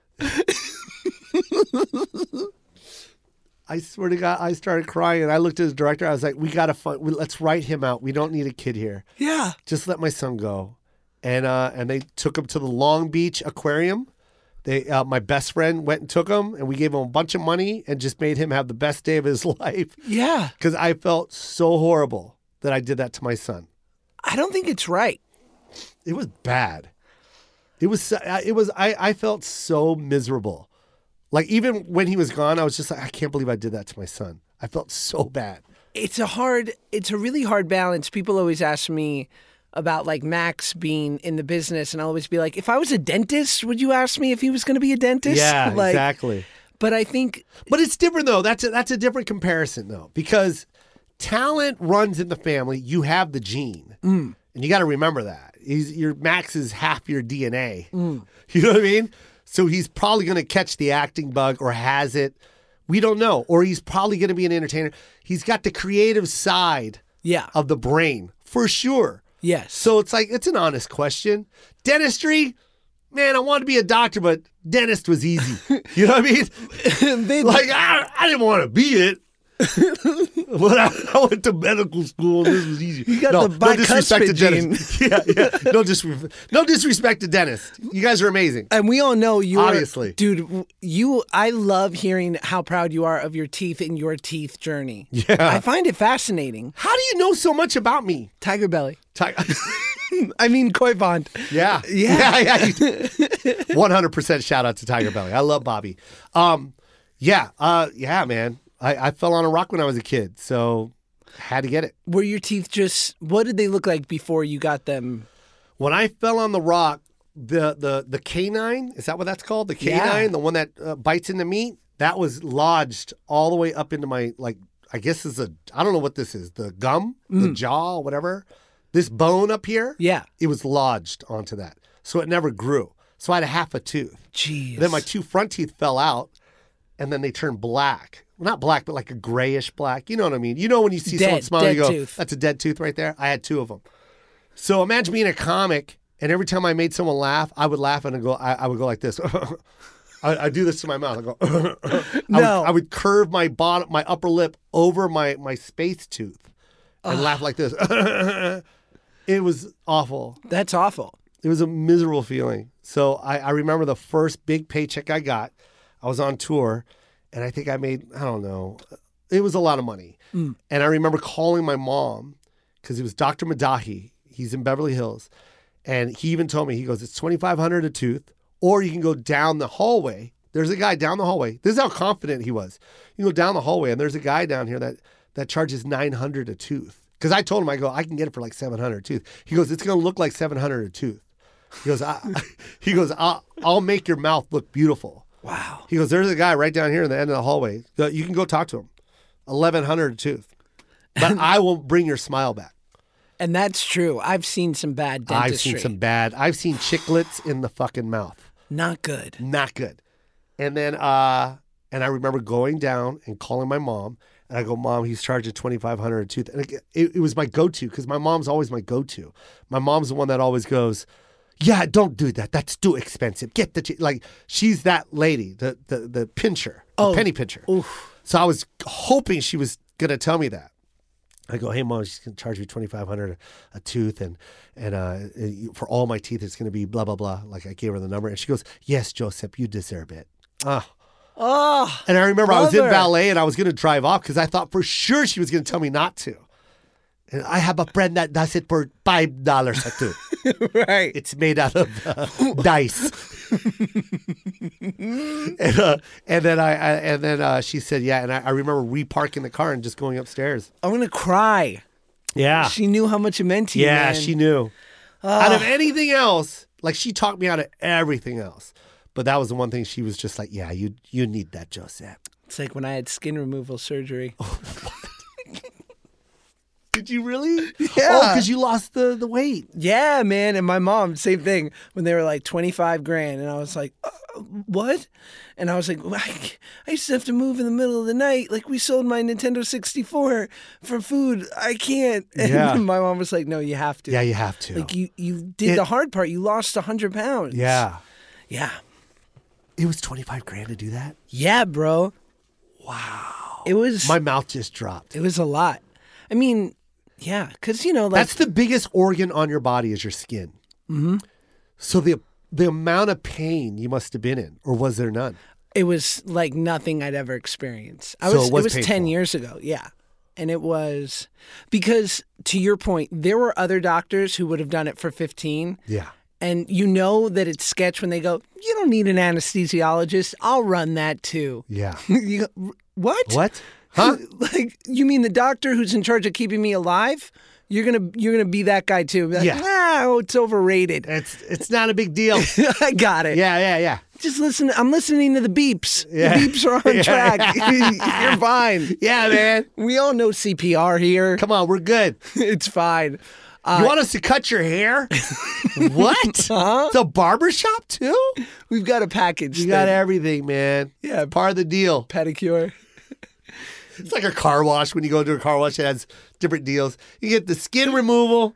Speaker 1: I swear to God, I started crying. And I looked at his director. I was like, "We gotta find. we- Let's write him out. We don't need a kid here.
Speaker 5: Yeah.
Speaker 1: just let my son go. And uh, and they took him to the Long Beach Aquarium. They uh, my best friend went and took him, and we gave him a bunch of money and just made him have the best day of his life.
Speaker 5: Yeah.
Speaker 1: Because I felt so horrible that I did that to my son.
Speaker 5: I don't think it's right.
Speaker 1: It was bad. It was so- I- it was I I felt so miserable. Like even when he was gone, I was just like I can't believe I did that to my son. I felt so bad.
Speaker 5: it's a hard it's a really hard balance people always ask me about like max being in the business and i always be like if i was a dentist would you ask me if he was going to be a dentist like
Speaker 1: exactly.
Speaker 5: but i think
Speaker 1: But it's different though. That's a, that's a different comparison though because talent runs in the family. You have the gene, and you got to remember that. He's, your Max is half your DNA. You know what I mean? So he's probably going to catch the acting bug or has it. We don't know. Or he's probably going to be an entertainer. He's got the creative side
Speaker 5: yeah
Speaker 1: of the brain for sure.
Speaker 5: yes
Speaker 1: So it's like it's an honest question. Dentistry, man, I wanted to be a doctor, but dentist was easy. You know what I mean?
Speaker 5: they,
Speaker 1: Like I, I didn't want to be it. but I, I went to medical school. And this was easy. You
Speaker 5: got
Speaker 1: no,
Speaker 5: the
Speaker 1: no disrespect to
Speaker 5: bicuspid
Speaker 1: dentists. yeah, yeah. No disrespect. No disrespect to dentists. You guys are amazing.
Speaker 5: and we all know you
Speaker 1: Obviously.
Speaker 5: dude w- you i love hearing how proud you are of your teeth and your teeth journey
Speaker 1: Yeah.
Speaker 5: i find it fascinating
Speaker 1: How do you know so much about me?
Speaker 5: tiger belly
Speaker 1: Ty- Hmm,
Speaker 5: i mean koi bond
Speaker 1: yeah.
Speaker 5: Yeah.
Speaker 1: yeah, One hundred percent. Shout out to Tiger Belly. I love Bobby. Um, yeah, uh, yeah, man. I, I fell on a rock when I was a kid, so had to get it.
Speaker 5: were your teeth just what did they look like before you got them
Speaker 1: when I fell on the rock, the the the canine is that what that's called? The
Speaker 5: Yeah.
Speaker 1: canine, the one that uh, bites into meat, that was lodged all the way up into my like I guess is a I don't know what this is the gum, the jaw, whatever. This bone up here,
Speaker 5: Mm. yeah
Speaker 1: it was lodged onto that, so it never grew. So I had a half a tooth.
Speaker 5: jeez
Speaker 1: Then my two front teeth fell out, and then they turned black. Well, not black, but like a grayish black. You know what I mean? You know when you see someone
Speaker 5: Dead-
Speaker 1: smile, you
Speaker 5: dead
Speaker 1: go,
Speaker 5: tooth.
Speaker 1: "That's a dead tooth right there." I had two of them. So imagine being a comic, and every time I made someone laugh, I would laugh and I'd go, I, I would go like this. I, I do this to my mouth. I go, I, would,
Speaker 5: No.
Speaker 1: I would curve my bottom, my upper lip over my my space tooth, and laugh like this. it was awful
Speaker 5: that's awful
Speaker 1: it was a miserable feeling. So I, I remember the first big paycheck I got. I was on tour, and I think I made I don't know, it was a lot of money. And I remember calling my mom because it was Dr. Madahi. He's in Beverly Hills, and he even told me he goes, "It's twenty five hundred a tooth, or you can go down the hallway. There's a guy down the hallway. This is how confident he was. You can go down the hallway, and there's a guy down here that that charges nine hundred a tooth." Because I told him, I go, I can get it for like seven hundred a tooth. He goes, it's gonna look like seven hundred a tooth. He goes, I, he goes, I'll, I'll make your mouth look beautiful.
Speaker 5: wow
Speaker 1: He goes, there's a guy right down here in the end of the hallway. Go- You can go talk to him. 1100 a tooth. But I will bring your smile back.
Speaker 5: And that's true. I've seen some bad
Speaker 1: I've
Speaker 5: dentistry.
Speaker 1: seen some bad. I've seen chiclets in the fucking mouth.
Speaker 5: Not good.
Speaker 1: Not good. And then, uh, and I remember going down and calling my mom. And I go, Mom, he's charging 2500 a tooth. And it, it, it was my go to because my mom's always my go to. My mom's the one that always goes, Yeah, don't do that. That's too expensive. Get the, chi-" like, she's that lady, the, the, the pincher, the penny pincher. So I was hoping she was going to tell me that. I go, hey mom, she's gonna charge me twenty five hundred a tooth, and and uh, you- for all my teeth, it's gonna be blah blah blah. Like I gave her the number, and she goes, yes, Joseph, you deserve it. Ah,
Speaker 5: Oh,
Speaker 1: And I remember I was in
Speaker 5: Brother.
Speaker 1: ballet and I was going to drive off because I thought for sure she was going to tell me not to. And I have a friend that does it for five dollars or two.
Speaker 5: right.
Speaker 1: It's made out of uh, dice. and, uh, and then I, I and then uh, she said, "Yeah." And I, I remember reparking the car and just going upstairs.
Speaker 5: I'm gonna cry.
Speaker 1: Yeah,
Speaker 5: She knew how much it meant to you.
Speaker 1: Ah. yeah,
Speaker 5: man.
Speaker 1: she knew. Ah. Out of anything else, like she talked me out of everything else, but that was the one thing she was just like, "Yeah, you you need that, Joseph."
Speaker 5: It's like when I had skin removal surgery.
Speaker 1: Did you really? Yeah.
Speaker 5: Yeah.
Speaker 1: because you lost the the weight.
Speaker 5: Yeah, man. And my mom, same thing. When they were like 25 grand, and I was like, uh, what? And I was like, I, I used to have to move in the middle of the night. Like, we sold my Nintendo 64 for food. I can't. And
Speaker 1: Yeah.
Speaker 5: my mom was like, no, you have to.
Speaker 1: Yeah, you have to.
Speaker 5: Like, you, you did
Speaker 1: It-
Speaker 5: the hard part. You lost 100 pounds.
Speaker 1: yeah.
Speaker 5: Yeah.
Speaker 1: It was twenty five grand to do that.
Speaker 5: Yeah, bro. Wow. It was,
Speaker 1: My mouth just dropped.
Speaker 5: it was a lot. I mean, yeah. Cause, you know, like,
Speaker 1: That's the biggest organ on your body is your skin. Mm-hmm. So the the amount of pain you must have been in, or was there none?
Speaker 5: It was like nothing I'd ever experienced. I
Speaker 1: So
Speaker 5: was
Speaker 1: it
Speaker 5: it
Speaker 1: was
Speaker 5: was,
Speaker 1: painful.
Speaker 5: ten years ago, yeah. And it was because to your point, there were other doctors who would have done it for fifteen.
Speaker 1: Yeah.
Speaker 5: And you know that it's sketch when they go, You don't need an anesthesiologist, I'll run that too.
Speaker 1: Yeah.
Speaker 5: you go, what?
Speaker 1: what? Huh?
Speaker 5: Like you mean the doctor who's in charge of keeping me alive? You're gonna you're gonna be that guy too. Be like,
Speaker 1: Yeah.
Speaker 5: "Wow, it's overrated.
Speaker 1: It's it's not a big deal.
Speaker 5: I got it.
Speaker 1: Yeah, yeah, yeah.
Speaker 5: just listen. I'm listening to the beeps.
Speaker 1: Yeah.
Speaker 5: The beeps are on
Speaker 1: Yeah.
Speaker 5: track. You're fine.
Speaker 1: Yeah, man.
Speaker 5: We all know CPR here.
Speaker 1: Come on, we're good.
Speaker 5: It's fine. Uh,
Speaker 1: You want us to cut your hair? what?
Speaker 5: Uh-huh.
Speaker 1: Huh? It's a barber shop too?
Speaker 5: we've got a package.
Speaker 1: You got
Speaker 5: thing.
Speaker 1: everything, man.
Speaker 5: Yeah.
Speaker 1: It's part of the deal.
Speaker 5: pedicure.
Speaker 1: It's like a car wash when you go to a car wash it has different deals. You get the skin removal,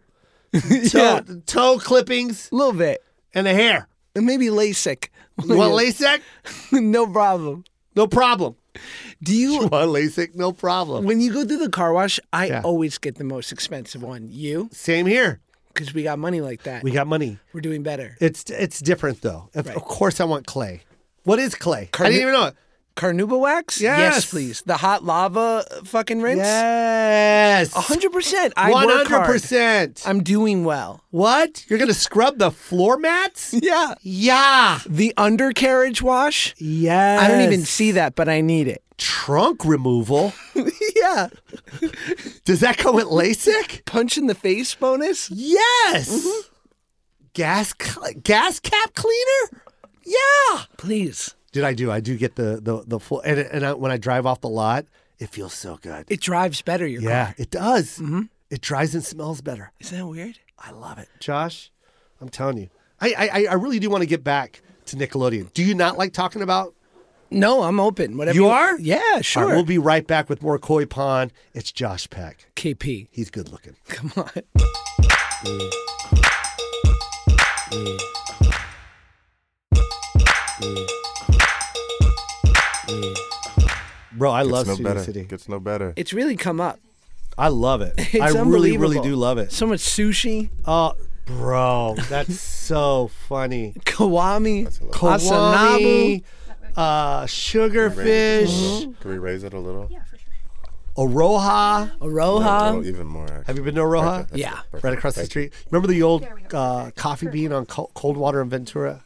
Speaker 1: toe,
Speaker 5: Yeah,
Speaker 1: toe clippings,
Speaker 5: a little bit.
Speaker 1: and the hair.
Speaker 5: And maybe LASIK.
Speaker 1: You want LASIK?
Speaker 5: no problem.
Speaker 1: No problem.
Speaker 5: Do you?
Speaker 1: You want LASIK? No problem.
Speaker 5: When you go through the car wash, I
Speaker 1: Yeah.
Speaker 5: always get the most expensive one. You?
Speaker 1: Same here.
Speaker 5: Because we got money like that.
Speaker 1: We got money.
Speaker 5: We're doing better.
Speaker 1: It's it's different though. Of,
Speaker 5: Right.
Speaker 1: of course, I want clay. What is clay? I didn't even know it.
Speaker 5: Carnuba wax?
Speaker 1: Yes.
Speaker 5: please. The hot lava uh, fucking rinse?
Speaker 1: Yes.
Speaker 5: 100%. I
Speaker 1: One
Speaker 5: work
Speaker 1: hundred
Speaker 5: hard.
Speaker 1: percent.
Speaker 5: I'm doing well.
Speaker 1: What? You're gonna scrub the floor mats?
Speaker 5: Yeah.
Speaker 1: Yeah.
Speaker 5: The undercarriage wash?
Speaker 1: Yes.
Speaker 5: I don't even see that, but I need it.
Speaker 1: trunk removal.
Speaker 5: yeah.
Speaker 1: Does that come with LASIK?
Speaker 5: Punch in the face bonus?
Speaker 1: Yes. Gas cl- gas cap cleaner? Yeah.
Speaker 5: Please.
Speaker 1: Did I do? I do get the the the full and and I, when I drive off the lot, it Mm-hmm. feels so good.
Speaker 5: It drives better your car.
Speaker 1: yeah, it does. It dries and smells better.
Speaker 5: Isn't that weird?
Speaker 1: I love it, Josh. I'm telling you, I I, I- I really do want to get back to Nickelodeon. Do you not like talking about?
Speaker 5: No, I'm open. Whatever.
Speaker 1: You are?
Speaker 5: Yeah,
Speaker 1: All
Speaker 5: sure.
Speaker 1: right, we'll be right back with more Koi Pond. It's Josh Peck.
Speaker 5: KP.
Speaker 1: He's good looking.
Speaker 5: Come on.
Speaker 1: Bro, I love
Speaker 2: no
Speaker 1: Studio
Speaker 2: better.
Speaker 1: City.
Speaker 2: Gets no better.
Speaker 5: It's really come up.
Speaker 1: I love it.
Speaker 5: It's
Speaker 1: I really, really
Speaker 5: unbelievable.
Speaker 1: do love it.
Speaker 5: So much sushi,
Speaker 1: Oh, bro, that's so funny.
Speaker 5: kawami,
Speaker 1: Kawami,
Speaker 5: asanabu.
Speaker 1: uh, sugarfish,
Speaker 2: Mm-hmm. Can we raise it a little? Yeah.
Speaker 1: Oroha.
Speaker 2: A
Speaker 1: Oh,
Speaker 5: Aroha.
Speaker 2: little even more. Actually.
Speaker 1: Have you been to Oroha?
Speaker 5: Yeah.
Speaker 1: Right across the street. Remember the old uh, coffee bean on Col- Coldwater and Ventura?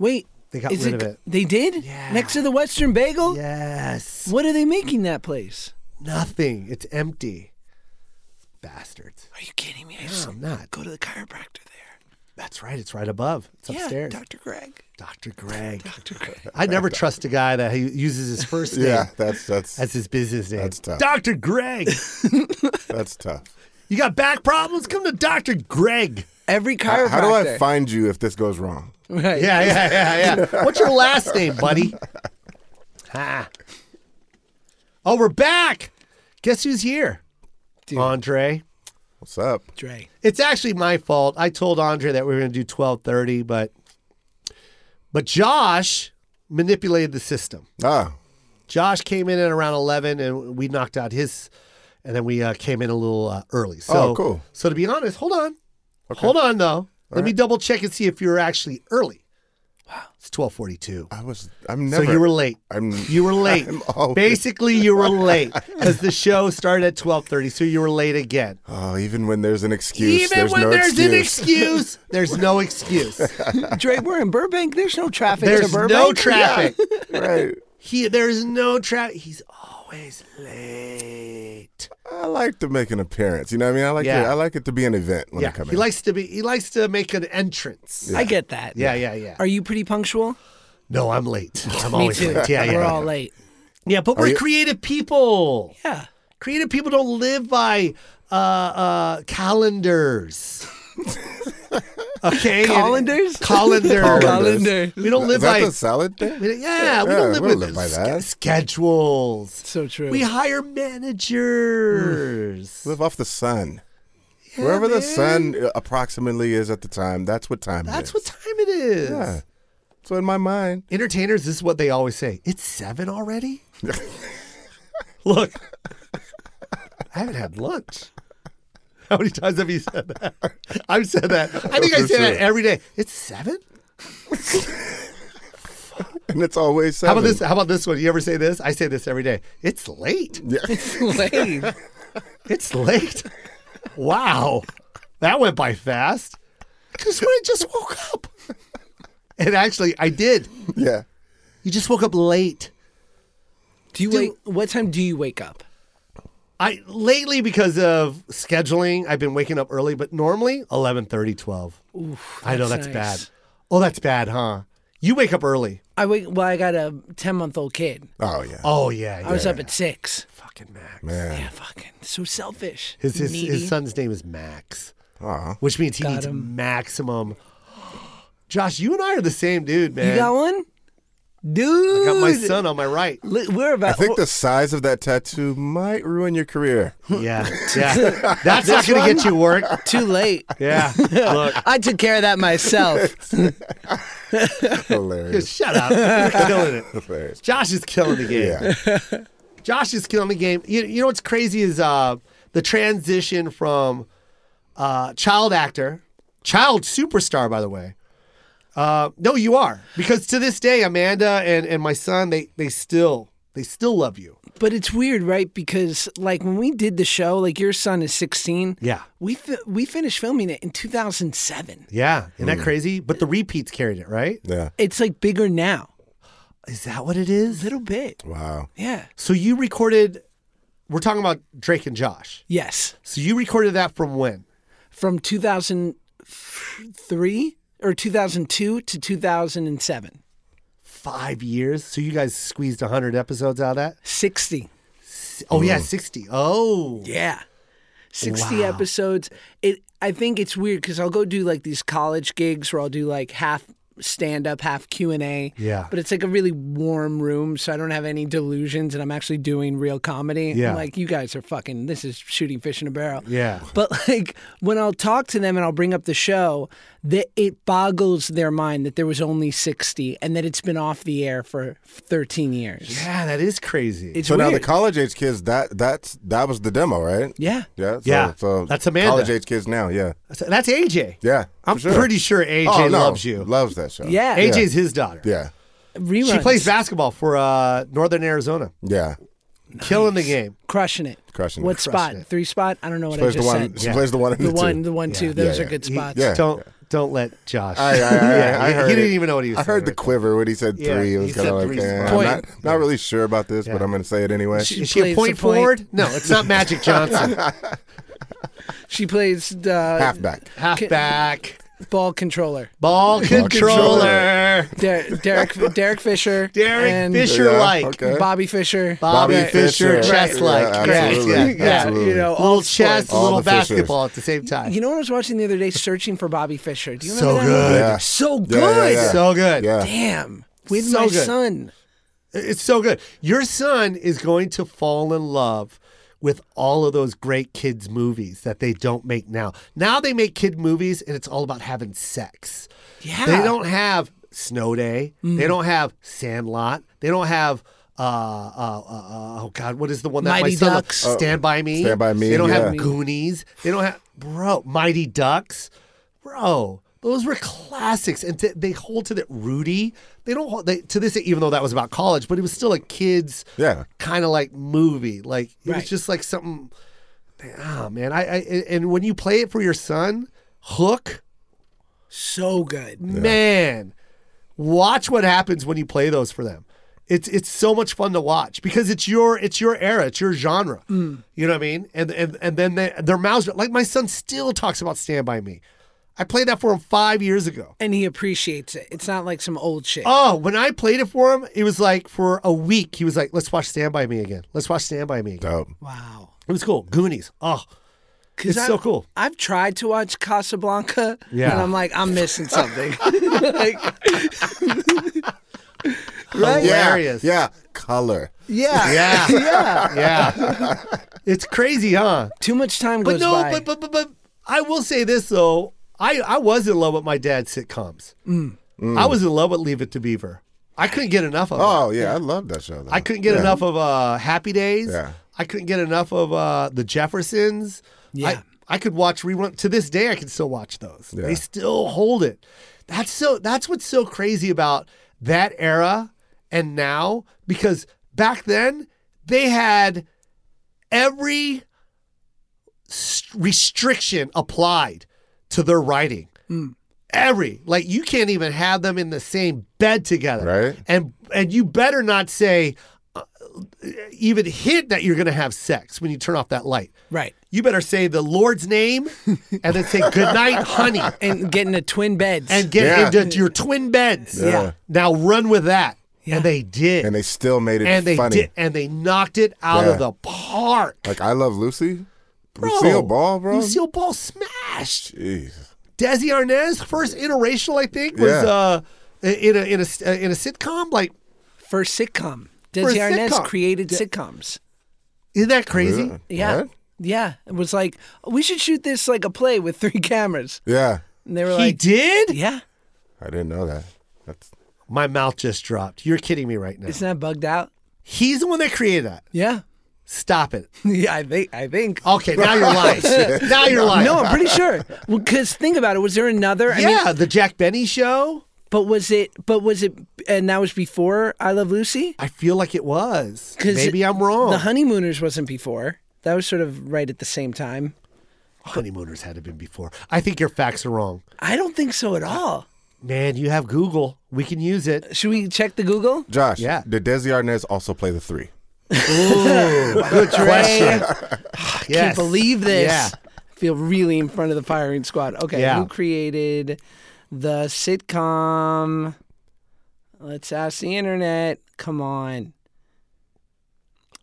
Speaker 5: Wait.
Speaker 1: They got
Speaker 5: is
Speaker 1: rid of it.
Speaker 5: They did?
Speaker 1: Yeah.
Speaker 5: Next to the Western Bagel?
Speaker 1: Yes.
Speaker 5: What are they making that place?
Speaker 1: Nothing. It's empty. Bastards.
Speaker 5: Are you kidding me? I just
Speaker 1: I'm not.
Speaker 5: go to the chiropractor there.
Speaker 1: That's right. It's right above. It's upstairs.
Speaker 5: Yeah, Dr. Greg.
Speaker 1: Dr. Greg.
Speaker 5: Dr. Greg.
Speaker 1: I never trust a guy that he uses his first name
Speaker 2: Yeah, that's that's
Speaker 1: as his business name.
Speaker 2: That's tough.
Speaker 1: Dr. Greg.
Speaker 2: that's tough.
Speaker 1: You got back problems? Come to Dr. Greg.
Speaker 5: Every
Speaker 2: How,
Speaker 5: chiropractor.
Speaker 2: how do I find you if this goes wrong?
Speaker 5: Right.
Speaker 1: Yeah, yeah, yeah, yeah. What's your last name, buddy? Ha. Oh, we're back. Guess who's here?
Speaker 5: Dude.
Speaker 1: Andre.
Speaker 2: What's up?
Speaker 5: Dre.
Speaker 1: It's actually my fault. I told Andre that we were going to do 12:30, but but Josh manipulated the system.
Speaker 2: Ah,
Speaker 1: Josh came in at around 11 and we knocked out his and then we uh, came in a little uh, early. So
Speaker 2: Oh, cool.
Speaker 1: So to be honest, hold on. Hold on though. Let me double check and see if you're actually early. It's twelve forty two.
Speaker 2: I was. I'm
Speaker 1: So
Speaker 2: never.
Speaker 1: you were late.
Speaker 2: I'm-
Speaker 1: you were late.
Speaker 2: I'm always-
Speaker 1: Basically, you were late because the show started at twelve thirty, so you were late again.
Speaker 2: Oh, even when there's an excuse,
Speaker 1: Even
Speaker 2: there's
Speaker 1: when
Speaker 2: no
Speaker 1: there's
Speaker 2: excuse.
Speaker 1: an excuse, there's no excuse.
Speaker 5: Dre, we're in Burbank. There's no traffic to
Speaker 1: There's
Speaker 5: Burbank.
Speaker 1: no traffic.
Speaker 2: right.
Speaker 1: He there's no traffic. He's always late.
Speaker 2: I like to make an appearance. You know what I mean? I like.
Speaker 1: Yeah.
Speaker 2: To, I like it to be an event when I
Speaker 1: Yeah,
Speaker 2: come
Speaker 1: he
Speaker 2: in.
Speaker 1: likes to be. He likes to make an entrance.
Speaker 5: I get that.
Speaker 1: Yeah, yeah, yeah.
Speaker 5: Are you pretty punctual?
Speaker 1: No, I'm late. I'm
Speaker 5: Me
Speaker 1: always
Speaker 5: too.
Speaker 1: late. Yeah, yeah.
Speaker 5: We're all late.
Speaker 1: Yeah, but we're
Speaker 2: you-
Speaker 1: creative people.
Speaker 5: Yeah.
Speaker 1: Creative people don't live by uh, uh, calendars. okay, and-
Speaker 5: Calendars?
Speaker 1: calendars,
Speaker 5: Calendar.
Speaker 1: We don't live
Speaker 2: Is that
Speaker 1: by.
Speaker 2: the salad thing?
Speaker 1: we don't- yeah, we
Speaker 2: Yeah,
Speaker 1: don't live,
Speaker 2: we
Speaker 1: with
Speaker 2: don't live by
Speaker 1: sch-
Speaker 2: that.
Speaker 1: schedules.
Speaker 5: So true.
Speaker 1: We hire managers.
Speaker 2: Live off the sun. Wherever the
Speaker 1: man.
Speaker 2: sun uh, approximately is at the time, that's what time it
Speaker 1: That's
Speaker 2: is.
Speaker 1: what time it is.
Speaker 2: Yeah. So in my mind,
Speaker 1: Entertainers, this is what they always say. It's seven already. Look, I haven't had lunch. How many times have you said that? I've said that. I think I
Speaker 2: For
Speaker 1: say that
Speaker 2: sure.
Speaker 1: every day. It's seven.
Speaker 2: and it's always
Speaker 1: How
Speaker 2: seven.
Speaker 1: about this? How about this one? You ever say this? I say this every day. It's late.
Speaker 5: late.
Speaker 1: It's late. Wow, that went by fast. Because when I just woke up, and actually I did.
Speaker 2: Yeah.
Speaker 1: You just woke up late.
Speaker 5: Do you wake? What time do you wake up?
Speaker 1: I lately because of scheduling, I've been waking up early, but normally 11:30, 12. I know that's
Speaker 5: that's nice.
Speaker 1: bad. Oh, that's bad, huh? You wake up early.
Speaker 5: I wake. Well, I got a ten-month-old kid.
Speaker 2: Oh yeah.
Speaker 1: Oh yeah, yeah.
Speaker 5: I was up at six.
Speaker 1: fucking Max.
Speaker 2: Man.
Speaker 5: Yeah, fucking so selfish.
Speaker 1: His his,
Speaker 5: Needy.
Speaker 1: his son's name is Max,
Speaker 2: Aw.
Speaker 1: which means he
Speaker 5: Got
Speaker 1: needs
Speaker 5: him.
Speaker 1: maximum. Josh, you and I are the same dude, man.
Speaker 5: You got one, dude.
Speaker 1: I got my son on my right.
Speaker 5: Li- We're
Speaker 2: I
Speaker 5: about.
Speaker 2: think the size of that tattoo might ruin your career.
Speaker 1: Yeah, yeah. That's not gonna get you work.
Speaker 5: too late.
Speaker 1: Yeah. Look,
Speaker 5: I took care of that myself.
Speaker 2: Hilarious.
Speaker 1: shut up. You're killing it.
Speaker 2: Hilarious.
Speaker 1: Josh is killing the game.
Speaker 2: Yeah.
Speaker 1: Josh is killing the game. You, you know what's crazy is uh, the transition from uh, child actor, child superstar, by the way. Uh, no, you are because to this day, Amanda and, and my son they they still they still love you.
Speaker 5: But it's weird, right? Because like when we did the show, like your son is 16.
Speaker 1: Yeah.
Speaker 5: We fi- we finished filming it in 2007.
Speaker 1: Yeah, isn't that crazy? But the repeats carried it, right?
Speaker 2: Yeah.
Speaker 5: It's like bigger now.
Speaker 1: Is that what it is?
Speaker 5: A little bit.
Speaker 2: Wow.
Speaker 5: Yeah.
Speaker 1: So you recorded. We're talking about Drake and Josh.
Speaker 5: Yes.
Speaker 1: So you recorded that from when?
Speaker 5: From 2003 or 2002 to 2007.
Speaker 1: Five years. So you guys squeezed hundred episodes out of that.
Speaker 5: 60.
Speaker 1: Oh
Speaker 2: Mm.
Speaker 1: yeah, sixty. Oh.
Speaker 5: Yeah. 60 episodes. It I think it's weird cuz I'll go do like these college gigs where I'll do like half stand up, half Q&A.
Speaker 1: Yeah.
Speaker 5: But it's like a really warm room, so I don't have any delusions and I'm actually doing real comedy.
Speaker 1: Yeah.
Speaker 5: I'm like you guys are fucking this is shooting fish in a barrel.
Speaker 1: Yeah.
Speaker 5: But like when I'll talk to them and I'll bring up the show, that it boggles their mind that there was only 60 and that it's been off the air for 13 years.
Speaker 1: Yeah, that is crazy.
Speaker 5: It's
Speaker 2: So
Speaker 5: weird.
Speaker 2: now the college age kids, that that's that was the demo, right?
Speaker 5: yeah.
Speaker 2: Yeah. So,
Speaker 1: Yeah.
Speaker 2: So
Speaker 1: That's Amanda.
Speaker 2: College age kids now. Yeah.
Speaker 1: So that's AJ.
Speaker 2: Yeah. for
Speaker 1: I'm
Speaker 2: sure.
Speaker 1: pretty sure AJ
Speaker 2: Oh, no,
Speaker 1: loves you.
Speaker 2: Loves that show.
Speaker 5: Yeah.
Speaker 1: AJ's his daughter.
Speaker 2: Yeah.
Speaker 5: Reruns.
Speaker 1: She plays basketball for uh, Northern Arizona,
Speaker 2: Yeah.
Speaker 1: killing the game.
Speaker 5: Crushing it.
Speaker 2: Crushing it.
Speaker 5: what spot?
Speaker 1: it.
Speaker 5: Three spot? I don't know what I
Speaker 2: Plays the
Speaker 5: just
Speaker 2: one.
Speaker 5: said.
Speaker 2: She plays the one. And
Speaker 5: The
Speaker 2: the
Speaker 5: one,
Speaker 2: Two.
Speaker 5: the one, two.
Speaker 1: Yeah.
Speaker 5: Those
Speaker 2: Yeah,
Speaker 5: are good
Speaker 1: He-
Speaker 5: spots.
Speaker 2: Yeah.
Speaker 1: Don't don't let Josh.
Speaker 2: I, I, I,
Speaker 1: Yeah,
Speaker 2: I
Speaker 1: he-
Speaker 2: heard
Speaker 1: he didn't
Speaker 2: it.
Speaker 1: even know what he was
Speaker 2: I
Speaker 1: saying,
Speaker 2: heard the
Speaker 1: right?
Speaker 2: quiver when he said
Speaker 1: Yeah,
Speaker 2: three.
Speaker 1: he
Speaker 2: It was kind
Speaker 1: said
Speaker 2: of like,
Speaker 1: three's
Speaker 2: eh,
Speaker 1: fine.
Speaker 2: I'm
Speaker 5: Point.
Speaker 2: not, not really sure about this, but I'm going to say it anyway.
Speaker 5: She
Speaker 1: Is she a
Speaker 5: plays
Speaker 1: point
Speaker 5: the point.
Speaker 1: forward? No, it's not Magic Johnson.
Speaker 5: She plays uh,
Speaker 2: Halfback.
Speaker 1: Halfback,
Speaker 5: ball controller.
Speaker 1: ball controller,
Speaker 5: Der- Derek Derek Fisher.
Speaker 1: Derek
Speaker 5: and
Speaker 1: Fisher
Speaker 2: Yeah,
Speaker 1: like
Speaker 2: okay.
Speaker 5: Bobby Fisher.
Speaker 1: Bobby,
Speaker 2: Bobby
Speaker 1: Fisher,
Speaker 2: Fisher.
Speaker 1: chess like,
Speaker 2: Yeah,
Speaker 1: correct?
Speaker 2: absolutely,
Speaker 1: Yeah,
Speaker 5: Yeah,
Speaker 1: yeah.
Speaker 2: absolutely.
Speaker 5: you know, all
Speaker 1: Little chess,
Speaker 5: sports.
Speaker 2: All
Speaker 1: little
Speaker 2: the Fishers.
Speaker 1: basketball at the same time.
Speaker 5: You know what I was watching the other day? Searching for Bobby Fisher. Do you
Speaker 1: So
Speaker 5: remember that?
Speaker 1: good.
Speaker 2: Yeah.
Speaker 5: So good.
Speaker 2: yeah.
Speaker 1: so good.
Speaker 2: Yeah.
Speaker 5: Damn. With
Speaker 1: So
Speaker 5: my
Speaker 1: good.
Speaker 5: son.
Speaker 1: It's so good. Your son is going to fall in love with all of those great kids movies that they don't make now. Now they make kid movies and it's all about having sex.
Speaker 5: Yeah. Mm.
Speaker 1: They don't have Snow Day. They don't have Sandlot. They don't have uh, uh, uh, uh, oh God, what is the one that my
Speaker 5: Mighty
Speaker 1: son
Speaker 5: Ducks.
Speaker 1: loves? Stand by Me.
Speaker 2: Uh, Stand By Me,
Speaker 1: They don't have
Speaker 2: yeah.
Speaker 1: Goonies. They don't have bro Mighty Ducks, bro. Those were classics, and to, they hold to that. Rudy, they don't hold they, to this, even though that was about college, but it was still a kids,
Speaker 2: Yeah.
Speaker 1: kind of like movie. Like it
Speaker 5: Right.
Speaker 1: was just like something. Ah, man, I, I and when you play it for your son, Hook,
Speaker 5: So good.
Speaker 1: man, watch what happens when you play those for them. It's it's so much fun to watch because it's your it's your era, it's your genre. You know what I mean? And and and then they, their mouths like my son still talks about Stand by Me. I played that for him five years ago.
Speaker 5: And he appreciates it. It's not like some old shit.
Speaker 1: Oh, when I played it for him, it was like for a week. He was like, "Let's watch Stand by Me again. Let's watch Stand by Me." Again.
Speaker 2: Dope.
Speaker 5: wow.
Speaker 1: It was cool. Goonies. Oh, it's so cool.
Speaker 5: I've tried to watch Casablanca,
Speaker 1: Yeah.
Speaker 5: and I'm like, I'm missing something. like, right?
Speaker 1: Yeah.
Speaker 5: Yeah.
Speaker 1: Hilarious.
Speaker 2: Yeah. Color.
Speaker 5: Yeah.
Speaker 1: Yeah, it's crazy, huh?
Speaker 5: Too much time
Speaker 1: But
Speaker 5: goes
Speaker 1: no,
Speaker 5: by.
Speaker 1: but, but but but I will say this though. I I was in love with my dad's sitcoms.
Speaker 2: Mm.
Speaker 1: I was in love with Leave It to Beaver. I couldn't get enough of it.
Speaker 2: Oh yeah, I love that show. Though.
Speaker 1: I couldn't get
Speaker 2: Yeah.
Speaker 1: enough of uh, Happy Days.
Speaker 2: Yeah.
Speaker 1: I couldn't get enough of uh, the Jeffersons.
Speaker 5: Yeah.
Speaker 1: I, I could watch rerun to this day. I can still watch those.
Speaker 2: Yeah.
Speaker 1: They still hold it. That's so. That's what's so crazy about that era and now because back then they had every s- restriction applied to their writing.
Speaker 5: Hmm.
Speaker 1: Every like you can't even have them in the same bed together,
Speaker 2: Right.
Speaker 1: And and you better not say uh, even hint that you're going to have sex when you turn off that light.
Speaker 5: right.
Speaker 1: You better say the Lord's name and then say good night, honey,
Speaker 5: And getting a twin beds.
Speaker 1: and get
Speaker 2: Yeah.
Speaker 1: into your twin beds.
Speaker 5: Yeah. Yeah.
Speaker 1: Now run with that,
Speaker 5: Yeah.
Speaker 1: and they did,
Speaker 2: And they still made it
Speaker 1: and they
Speaker 2: funny.
Speaker 1: did, and they knocked it out
Speaker 2: Yeah.
Speaker 1: of the park.
Speaker 2: Like I love Lucy.
Speaker 1: Bro,
Speaker 2: Lucille Ball, bro.
Speaker 1: Lucille Ball smashed.
Speaker 2: Jeez.
Speaker 1: Desi Arnaz, first interracial, I think, was
Speaker 2: Yeah.
Speaker 1: uh, in a in a in a sitcom. Like,
Speaker 5: First
Speaker 1: a
Speaker 5: sitcom. Desi Arnaz
Speaker 1: sitcom.
Speaker 5: created sitcoms.
Speaker 1: isn't that crazy?
Speaker 5: Yeah.
Speaker 2: What?
Speaker 5: Yeah. It was like, we should shoot this like a play with three cameras.
Speaker 2: Yeah.
Speaker 5: And they were
Speaker 1: He
Speaker 5: like,
Speaker 1: did.
Speaker 5: yeah.
Speaker 2: I didn't know that. That's
Speaker 1: My mouth just dropped. You're kidding me right now.
Speaker 5: Isn't that bugged out?
Speaker 1: He's the one that created that.
Speaker 5: Yeah.
Speaker 1: Stop it.
Speaker 5: yeah, I think. I think.
Speaker 1: Okay, now you're lying. now you're lying.
Speaker 5: No, I'm pretty sure. Because think about it. Was there another? I mean,
Speaker 1: yeah, the Jack Benny show.
Speaker 5: but was it? But was it? And that was before I Love Lucy.
Speaker 1: I feel like it was.
Speaker 5: 'Cause
Speaker 1: Maybe I'm wrong.
Speaker 5: The Honeymooners wasn't before. That was sort of right at the same time.
Speaker 1: Honeymooners had to been before. I think your facts are wrong.
Speaker 5: I don't think so at all.
Speaker 1: Man, you have Google. We can use it.
Speaker 5: Should we check the Google?
Speaker 2: Josh.
Speaker 1: Yeah.
Speaker 2: Did Desi Arnaz also play the three?
Speaker 1: Good question.
Speaker 5: Can't
Speaker 1: Yes.
Speaker 5: believe this.
Speaker 1: Yeah.
Speaker 5: Feel really in front of the firing squad. Okay,
Speaker 1: Yeah.
Speaker 5: who created the sitcom? Let's ask the internet. Come on.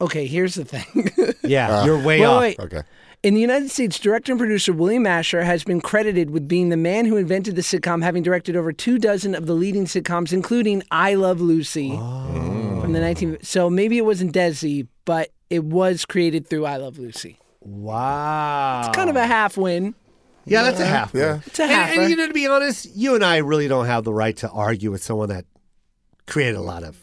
Speaker 5: Okay, here's the thing.
Speaker 1: Yeah, you're way
Speaker 5: Wait,
Speaker 1: off.
Speaker 5: wait.
Speaker 2: Okay.
Speaker 5: In the United States, director and producer William Asher has been credited with being the man who invented the sitcom, having directed over two dozen of the leading sitcoms, including I Love Lucy
Speaker 1: Oh.
Speaker 5: from the 19. So maybe it wasn't Desi, but it was created through I Love Lucy.
Speaker 1: Wow. It's
Speaker 5: Kind of a half win.
Speaker 1: Yeah, that's a half.
Speaker 2: Yeah.
Speaker 5: It's a half.
Speaker 1: And, and you know, to be honest, you and I really don't have the right to argue with someone that created a lot of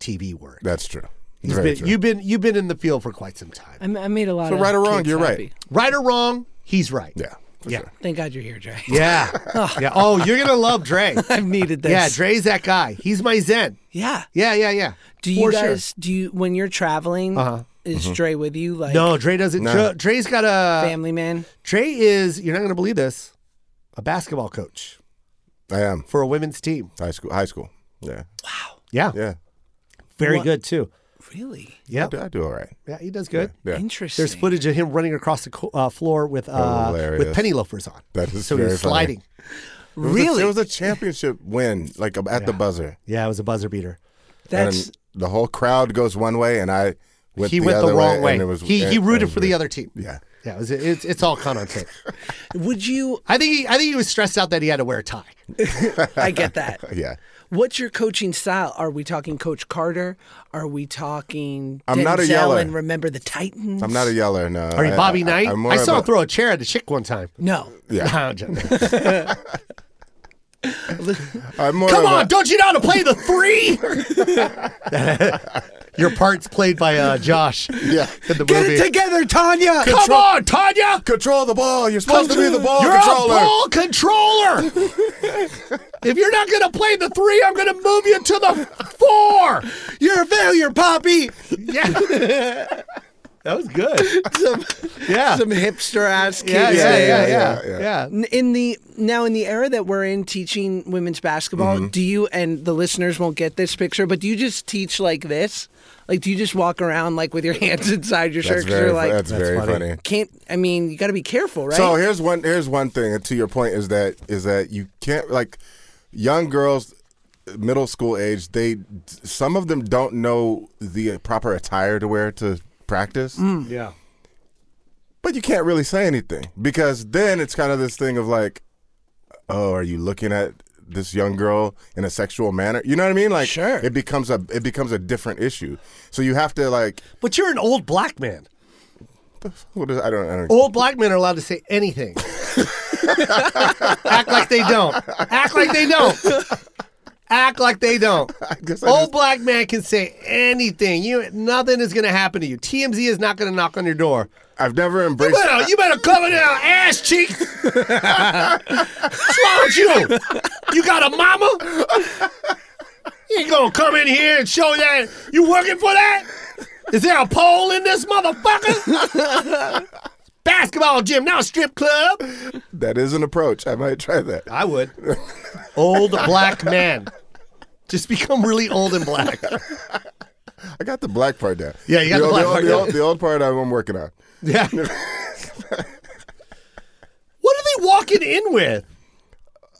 Speaker 1: TV work.
Speaker 2: That's true.
Speaker 1: He's
Speaker 2: Very
Speaker 1: been-
Speaker 2: true.
Speaker 1: you've been you've been in the field for quite some time.
Speaker 5: I, m- I made a lot
Speaker 2: So
Speaker 5: of
Speaker 2: right or wrong,
Speaker 5: kids
Speaker 2: you're right.
Speaker 5: happy.
Speaker 1: Right or wrong, he's right.
Speaker 2: yeah. for
Speaker 1: Yeah.
Speaker 2: sure.
Speaker 5: Thank God you're here, Dre.
Speaker 1: Yeah. yeah. Oh, you're gonna love Dre.
Speaker 5: I've needed this.
Speaker 1: Yeah, Dre's that guy. He's my Zen.
Speaker 5: Yeah.
Speaker 1: Yeah, yeah, yeah.
Speaker 5: Do
Speaker 1: For sure.
Speaker 5: you guys, do you, when you're traveling, is Dre with you? Like,
Speaker 1: No, uh, Dre doesn't.
Speaker 2: No.
Speaker 1: Dre, Dre's got a.
Speaker 5: family man?
Speaker 1: Dre is. You're not gonna believe this. A basketball coach
Speaker 2: I am.
Speaker 1: for a women's team.
Speaker 2: High school. High school. Yeah.
Speaker 1: Yeah,
Speaker 2: Yeah.
Speaker 1: very
Speaker 5: What?
Speaker 1: good too.
Speaker 5: Really?
Speaker 1: Yeah,
Speaker 2: I do all right.
Speaker 1: yeah, he does good.
Speaker 2: Yeah.
Speaker 5: Interesting.
Speaker 1: There's footage of him running across the co- uh, floor with uh, with
Speaker 2: Hilarious.
Speaker 1: penny loafers on.
Speaker 2: That is
Speaker 1: so he
Speaker 2: very
Speaker 1: was
Speaker 2: funny.
Speaker 1: sliding.
Speaker 2: It was a-
Speaker 5: Really?
Speaker 2: it was a championship win, like at the buzzer.
Speaker 1: Yeah, it was a buzzer beater.
Speaker 5: That's
Speaker 2: and the whole crowd goes one way, and I went
Speaker 1: he
Speaker 2: the
Speaker 1: went
Speaker 2: other
Speaker 1: the wrong way.
Speaker 2: and it was-
Speaker 1: he
Speaker 2: and-
Speaker 1: he
Speaker 2: and it
Speaker 1: rooted
Speaker 2: was
Speaker 1: for the
Speaker 2: weird.
Speaker 1: other team.
Speaker 2: Yeah,
Speaker 1: Yeah, it was, it's it's all caught on tape.
Speaker 5: would you
Speaker 1: I think he, I think he was stressed out that he had to wear a tie.
Speaker 5: I get that.
Speaker 2: yeah.
Speaker 5: What's your coaching style? Are we talking Coach Carter? Are we talking
Speaker 2: I'm not a
Speaker 5: Denzel
Speaker 2: yeller.
Speaker 5: and remember the Titans?
Speaker 2: I'm not a yeller. No,
Speaker 1: Are you
Speaker 2: I-
Speaker 1: Bobby
Speaker 2: I-
Speaker 1: Knight?
Speaker 2: I'm
Speaker 1: I,
Speaker 2: more
Speaker 1: saw
Speaker 2: of
Speaker 1: him throw a chair at a chick one time.
Speaker 5: No.
Speaker 2: Yeah,
Speaker 1: I'm joking.
Speaker 2: I'm more
Speaker 1: Come
Speaker 2: of a-
Speaker 1: on, don't you know how to play the three? your part's played by uh, Josh.
Speaker 2: Yeah.
Speaker 1: in the
Speaker 5: Get
Speaker 1: movie.
Speaker 5: it together, Tanya.
Speaker 1: Come on, Tanya.
Speaker 2: Control the ball. You're supposed to be the ball
Speaker 1: you're
Speaker 2: controller.
Speaker 1: a ball controller. if you're not gonna play the three, I'm gonna move you to the four.
Speaker 5: You're a failure, Poppy.
Speaker 1: Yeah, that was good.
Speaker 5: Some,
Speaker 1: Yeah.
Speaker 5: some hipster ass kid.
Speaker 1: Yeah, yeah, yeah,
Speaker 5: saying-
Speaker 1: yeah,
Speaker 2: yeah,
Speaker 1: yeah.
Speaker 2: yeah.
Speaker 5: N- in the now in the era that we're in teaching women's basketball do you and the listeners won't get this picture but do you just teach like this like do you just walk around like with your hands inside your shirt
Speaker 2: That's
Speaker 5: 'cause you're
Speaker 2: very,
Speaker 5: like
Speaker 2: that's very
Speaker 1: funny.
Speaker 2: funny.
Speaker 5: can't i mean you got to be careful right
Speaker 2: So here's one. Here's one thing. And to your point is that is that you can't like young girls, middle school age. They some of them don't know the proper attire to wear to practice.
Speaker 1: Yeah.
Speaker 2: But you can't really say anything because then it's kind of this thing of like, oh, are you looking at this young girl in a sexual manner? You know what I mean? Like,
Speaker 5: Sure.
Speaker 2: It becomes a it becomes a different issue. So you have to like,
Speaker 1: But you're an old black man.
Speaker 2: what is I don't I don't.
Speaker 1: Old black men are allowed to say anything. Act like they don't. Act like they don't. Act like they don't.
Speaker 2: guess I
Speaker 1: Old
Speaker 2: just-
Speaker 1: black man can say anything. You nothing is gonna happen to you. TMZ is not gonna knock on your door.
Speaker 2: I've never
Speaker 1: You
Speaker 2: embraced.
Speaker 1: better, you better cover down ass cheeks. What's wrong with you? You got a mama? You ain't gonna come in here and show that you working for that? Is there a pole in this motherfucker? Basketball gym, now strip club.
Speaker 2: That is an approach. I might try that.
Speaker 1: I would. Old black man. Just become really old and black.
Speaker 2: I got the black part down.
Speaker 1: Yeah, you got the
Speaker 2: old-
Speaker 1: black
Speaker 2: old-
Speaker 1: part
Speaker 2: the
Speaker 1: down.
Speaker 2: Old, the old part I'm I'm working on.
Speaker 1: Yeah. what are they walking in with?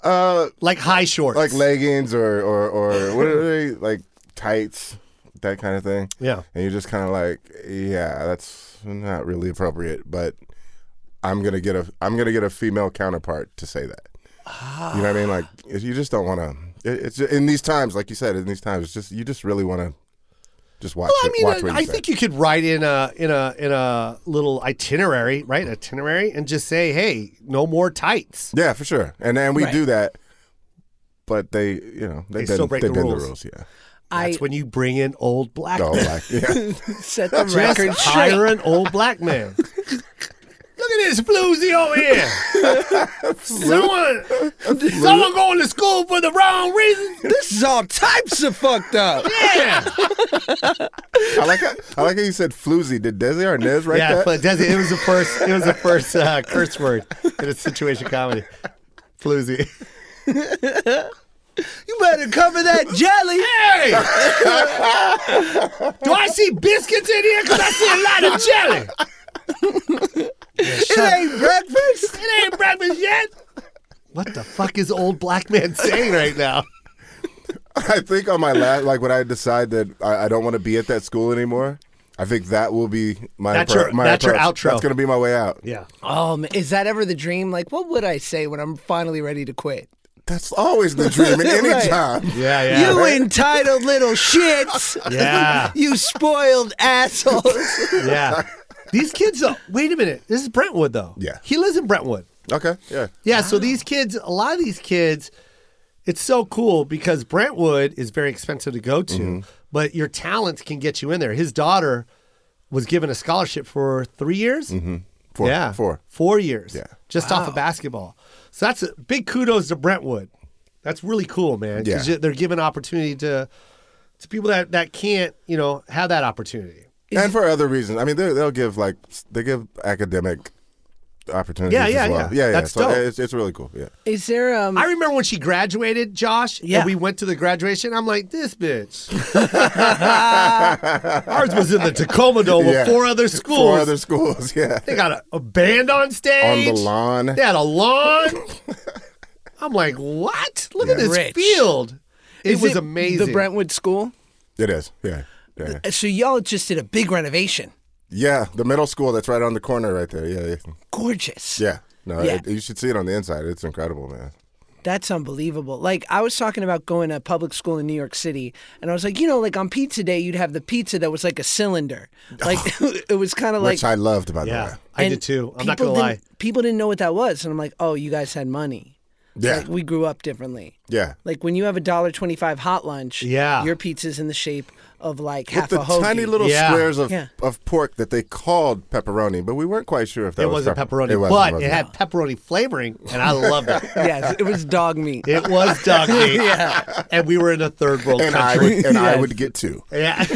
Speaker 1: Uh, like high shorts.
Speaker 2: Like leggings or or or what are they like tights, that kind of thing.
Speaker 1: Yeah.
Speaker 2: And you're just kind of like, yeah, that's not really appropriate, but I'm gonna get a I'm gonna get a female counterpart to say that. You know what I mean? Like
Speaker 1: Ah.
Speaker 2: if you just don't want to. It, it's in these times, like you said, in these times, it's just you just really want to just watch.
Speaker 1: Well, I
Speaker 2: it-
Speaker 1: mean, uh,
Speaker 2: watch what
Speaker 1: I,
Speaker 2: you
Speaker 1: I
Speaker 2: say.
Speaker 1: think you could write in a in a in a little itinerary, right? Itinerary, and just say, "Hey, no more tights."
Speaker 2: Yeah, for sure. And and we
Speaker 5: Right.
Speaker 2: do that, but they, you know, they,
Speaker 1: They
Speaker 2: bend,
Speaker 1: still break
Speaker 2: they
Speaker 1: the
Speaker 2: bend
Speaker 1: rules.
Speaker 2: the rules. Yeah.
Speaker 5: i
Speaker 1: That's when you bring in old black
Speaker 2: Oh,
Speaker 1: men.
Speaker 2: like, yeah.
Speaker 5: set the
Speaker 1: Just
Speaker 5: record straight
Speaker 1: hire an old black man. Look at this floozy over here. someone, someone going to school for the wrong reason.
Speaker 5: this is all types of fucked up
Speaker 1: Yeah,
Speaker 2: I like how, I like how you said floozy. Did Desi Arnaz write
Speaker 1: yeah.
Speaker 2: that?
Speaker 1: But Desi, it was the first. It was the first uh, curse word in a situation comedy. Floozy.
Speaker 5: you better cover that jelly
Speaker 1: Hey! Do I see biscuits in here? Because I see a lot of jelly.
Speaker 5: it ain't breakfast
Speaker 1: It ain't breakfast yet. What the fuck is old black man saying right now?
Speaker 2: I think on my last, like when I decide that I, I don't want to be at that school anymore, I think that will be my
Speaker 1: That's
Speaker 2: appro-
Speaker 1: your-
Speaker 2: my
Speaker 1: that's your
Speaker 2: approach.
Speaker 1: outro.
Speaker 2: That's gonna be my way out.
Speaker 1: Yeah.
Speaker 5: um is that ever the dream like what would i say when i'm finally ready to quit
Speaker 2: That's always the dream in any
Speaker 5: Right.
Speaker 2: job.
Speaker 1: Yeah,
Speaker 5: you entitled little shits
Speaker 1: Yeah.
Speaker 5: you spoiled assholes
Speaker 1: yeah. These kids, though, wait a minute. This is Brentwood, though.
Speaker 2: Yeah.
Speaker 1: He lives in Brentwood.
Speaker 2: Okay. Yeah.
Speaker 1: Yeah, so these kids, a lot of these kids, it's so cool because Brentwood is very expensive to go to, but your talents can get you in there. His daughter was given a scholarship for three years. Mm-hmm.
Speaker 2: Four.
Speaker 1: yeah,
Speaker 2: Four.
Speaker 1: four years.
Speaker 2: Yeah.
Speaker 1: just off of basketball. So that's a, big kudos to Brentwood. That's really cool, man. 'cause
Speaker 2: Yeah.
Speaker 1: you- they're giving opportunity to to people that that can't, you know, have that opportunity.
Speaker 2: and for other reasons. I mean, they- they'll give like s- they give academic opportunities
Speaker 1: Yeah, yeah,
Speaker 2: as well.
Speaker 1: yeah.
Speaker 2: yeah.
Speaker 1: That's
Speaker 2: so
Speaker 1: dope.
Speaker 2: It's, it's really cool. Yeah.
Speaker 5: is there um
Speaker 1: I remember when she graduated, Josh.
Speaker 5: Yeah.
Speaker 1: And we went to the graduation. I'm like, this bitch. Ours was in the Tacoma Dome with
Speaker 2: Yeah.
Speaker 1: four other schools.
Speaker 2: Four other schools. Yeah.
Speaker 1: They got a, a band on stage.
Speaker 2: On the lawn.
Speaker 1: They had a lawn. I'm like, what? Look at
Speaker 2: Yeah.
Speaker 1: this
Speaker 5: Rich.
Speaker 1: field. It
Speaker 5: is
Speaker 1: was amazing.
Speaker 5: the brentwood school
Speaker 2: It is. Yeah. Yeah.
Speaker 5: so y'all just did a big renovation
Speaker 2: Yeah, the middle school that's right on the corner right there. Yeah, yeah.
Speaker 5: gorgeous
Speaker 2: yeah. No,
Speaker 5: Yeah.
Speaker 2: It, you should see it on the inside. It's incredible, man.
Speaker 5: That's unbelievable. Like I was talking about going to public school in New York City, and I was like, you know, like on pizza day, you'd have the pizza that was like a cylinder, like it was kind of like.
Speaker 2: Which I loved, by the
Speaker 1: yeah,
Speaker 2: way.
Speaker 1: I
Speaker 5: and
Speaker 1: did too. I'm not
Speaker 5: people
Speaker 1: going to lie.
Speaker 5: didn't- People didn't know what that was, and I'm like, oh, you guys had money.
Speaker 2: Yeah.
Speaker 5: Like we grew up differently.
Speaker 2: Yeah.
Speaker 5: Like when you have a dollar twenty-five hot lunch,
Speaker 1: Yeah.
Speaker 5: your pizza's in the shape of like
Speaker 2: With
Speaker 5: half
Speaker 2: the
Speaker 5: a hoagie.
Speaker 2: tiny little
Speaker 1: Yeah.
Speaker 2: squares of,
Speaker 5: Yeah.
Speaker 2: of pork that they called pepperoni, but we weren't quite sure if that
Speaker 1: It
Speaker 2: was
Speaker 1: wasn't
Speaker 2: pepper-
Speaker 1: pepperoni,
Speaker 2: It wasn't,
Speaker 1: but
Speaker 2: was
Speaker 1: it had pepperoni flavoring, and I loved it.
Speaker 5: yes, it was dog meat.
Speaker 1: It was dog meat, and we were in a third world
Speaker 2: And I
Speaker 1: country.
Speaker 2: would, and I would get two.
Speaker 1: Yeah.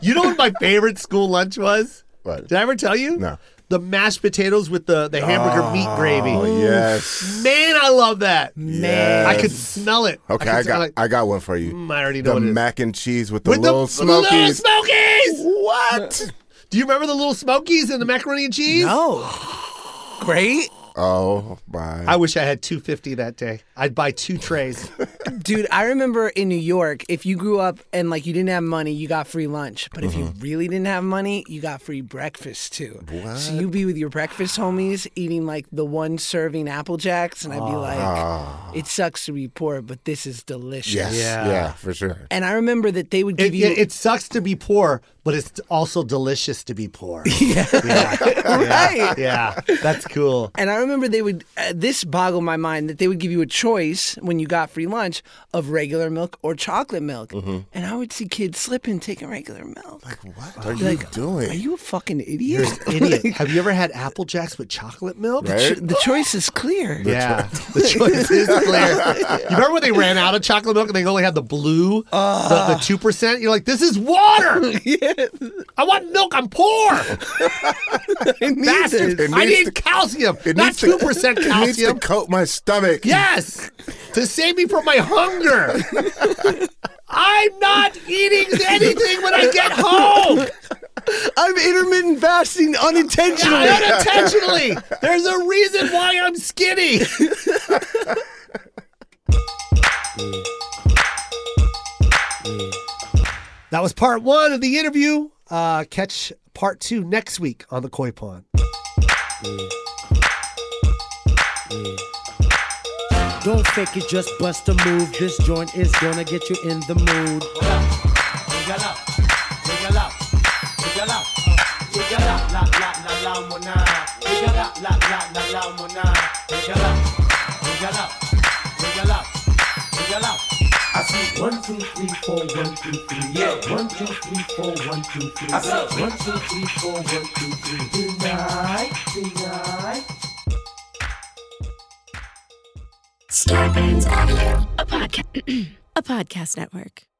Speaker 1: you know what my favorite school lunch was?
Speaker 2: What?
Speaker 1: Did I ever tell you?
Speaker 2: No.
Speaker 1: The mashed potatoes with the, the hamburger meat gravy.
Speaker 2: Oh, Yes.
Speaker 1: Man, I love that.
Speaker 2: Man.
Speaker 1: I could smell it.
Speaker 2: Okay,
Speaker 1: could
Speaker 2: I,
Speaker 1: smell
Speaker 2: got
Speaker 1: it.
Speaker 2: I got one for you.
Speaker 1: Mm, I already know
Speaker 2: the
Speaker 1: what it is.
Speaker 2: mac and cheese with the
Speaker 1: with
Speaker 2: little
Speaker 1: the
Speaker 2: smokies.
Speaker 1: Little Smokies!
Speaker 2: what?
Speaker 1: Do you remember the little Smokies and the macaroni and cheese?
Speaker 5: No. Great.
Speaker 2: Oh my!
Speaker 1: I wish I had 250 that day. I'd buy two trays.
Speaker 5: Dude, I remember in New York, if you grew up and like you didn't have money, you got free lunch. But if you
Speaker 1: Mm-hmm.
Speaker 5: really didn't have money, you got free breakfast too. So you'd be with your breakfast homies eating like the one serving Apple Jacks, and I'd be
Speaker 1: Ah.
Speaker 5: like, it sucks to be poor, but this is delicious.
Speaker 2: yes,
Speaker 1: Yeah.
Speaker 2: yeah. for sure.
Speaker 5: And I remember that they would give
Speaker 1: It,
Speaker 5: you
Speaker 1: it, it sucks to be poor, but it's also delicious to be poor.
Speaker 5: right.
Speaker 1: yeah, that's cool.
Speaker 5: And I remember they would, uh, this boggled my mind that they would give you a choice when you got free lunch of regular milk or chocolate milk. And I would see kids slipping, taking regular milk.
Speaker 2: What are you
Speaker 5: Like, Are
Speaker 2: doing?
Speaker 5: you a fucking
Speaker 1: You're
Speaker 5: idiot?
Speaker 1: an idiot. Have you ever had Apple Jacks with chocolate milk?
Speaker 2: Right?
Speaker 5: The choice is clear.
Speaker 1: Yeah, the choice is clear. You remember when they ran out of chocolate milk and they only had the blue, the- the two percent? You're like, this is water. I want milk. I'm poor. Bastards.
Speaker 2: It
Speaker 1: I
Speaker 2: needs
Speaker 1: need
Speaker 2: to-
Speaker 1: calcium,
Speaker 2: It
Speaker 1: not
Speaker 2: needs to-
Speaker 1: two percent
Speaker 2: It needs to
Speaker 1: calcium.
Speaker 2: coat my stomach.
Speaker 1: Yes, to save me from my hunger. I'm not eating anything when I get home.
Speaker 5: I'm intermittent fasting unintentionally.
Speaker 1: unintentionally. There's a reason why I'm skinny. that was part one of the interview. Uh, catch part two next week on the Koi Pond.
Speaker 4: Don't fake it, just bust a move. This joint is gonna get you in the mood.
Speaker 6: I see one, two, three, four, one, two, three. Yeah, one, two, three, four, one, two, three. I see one, two, three, four, one, two, three. Deny, deny.
Speaker 7: Star Bands Audio, a, podca- a podcast network.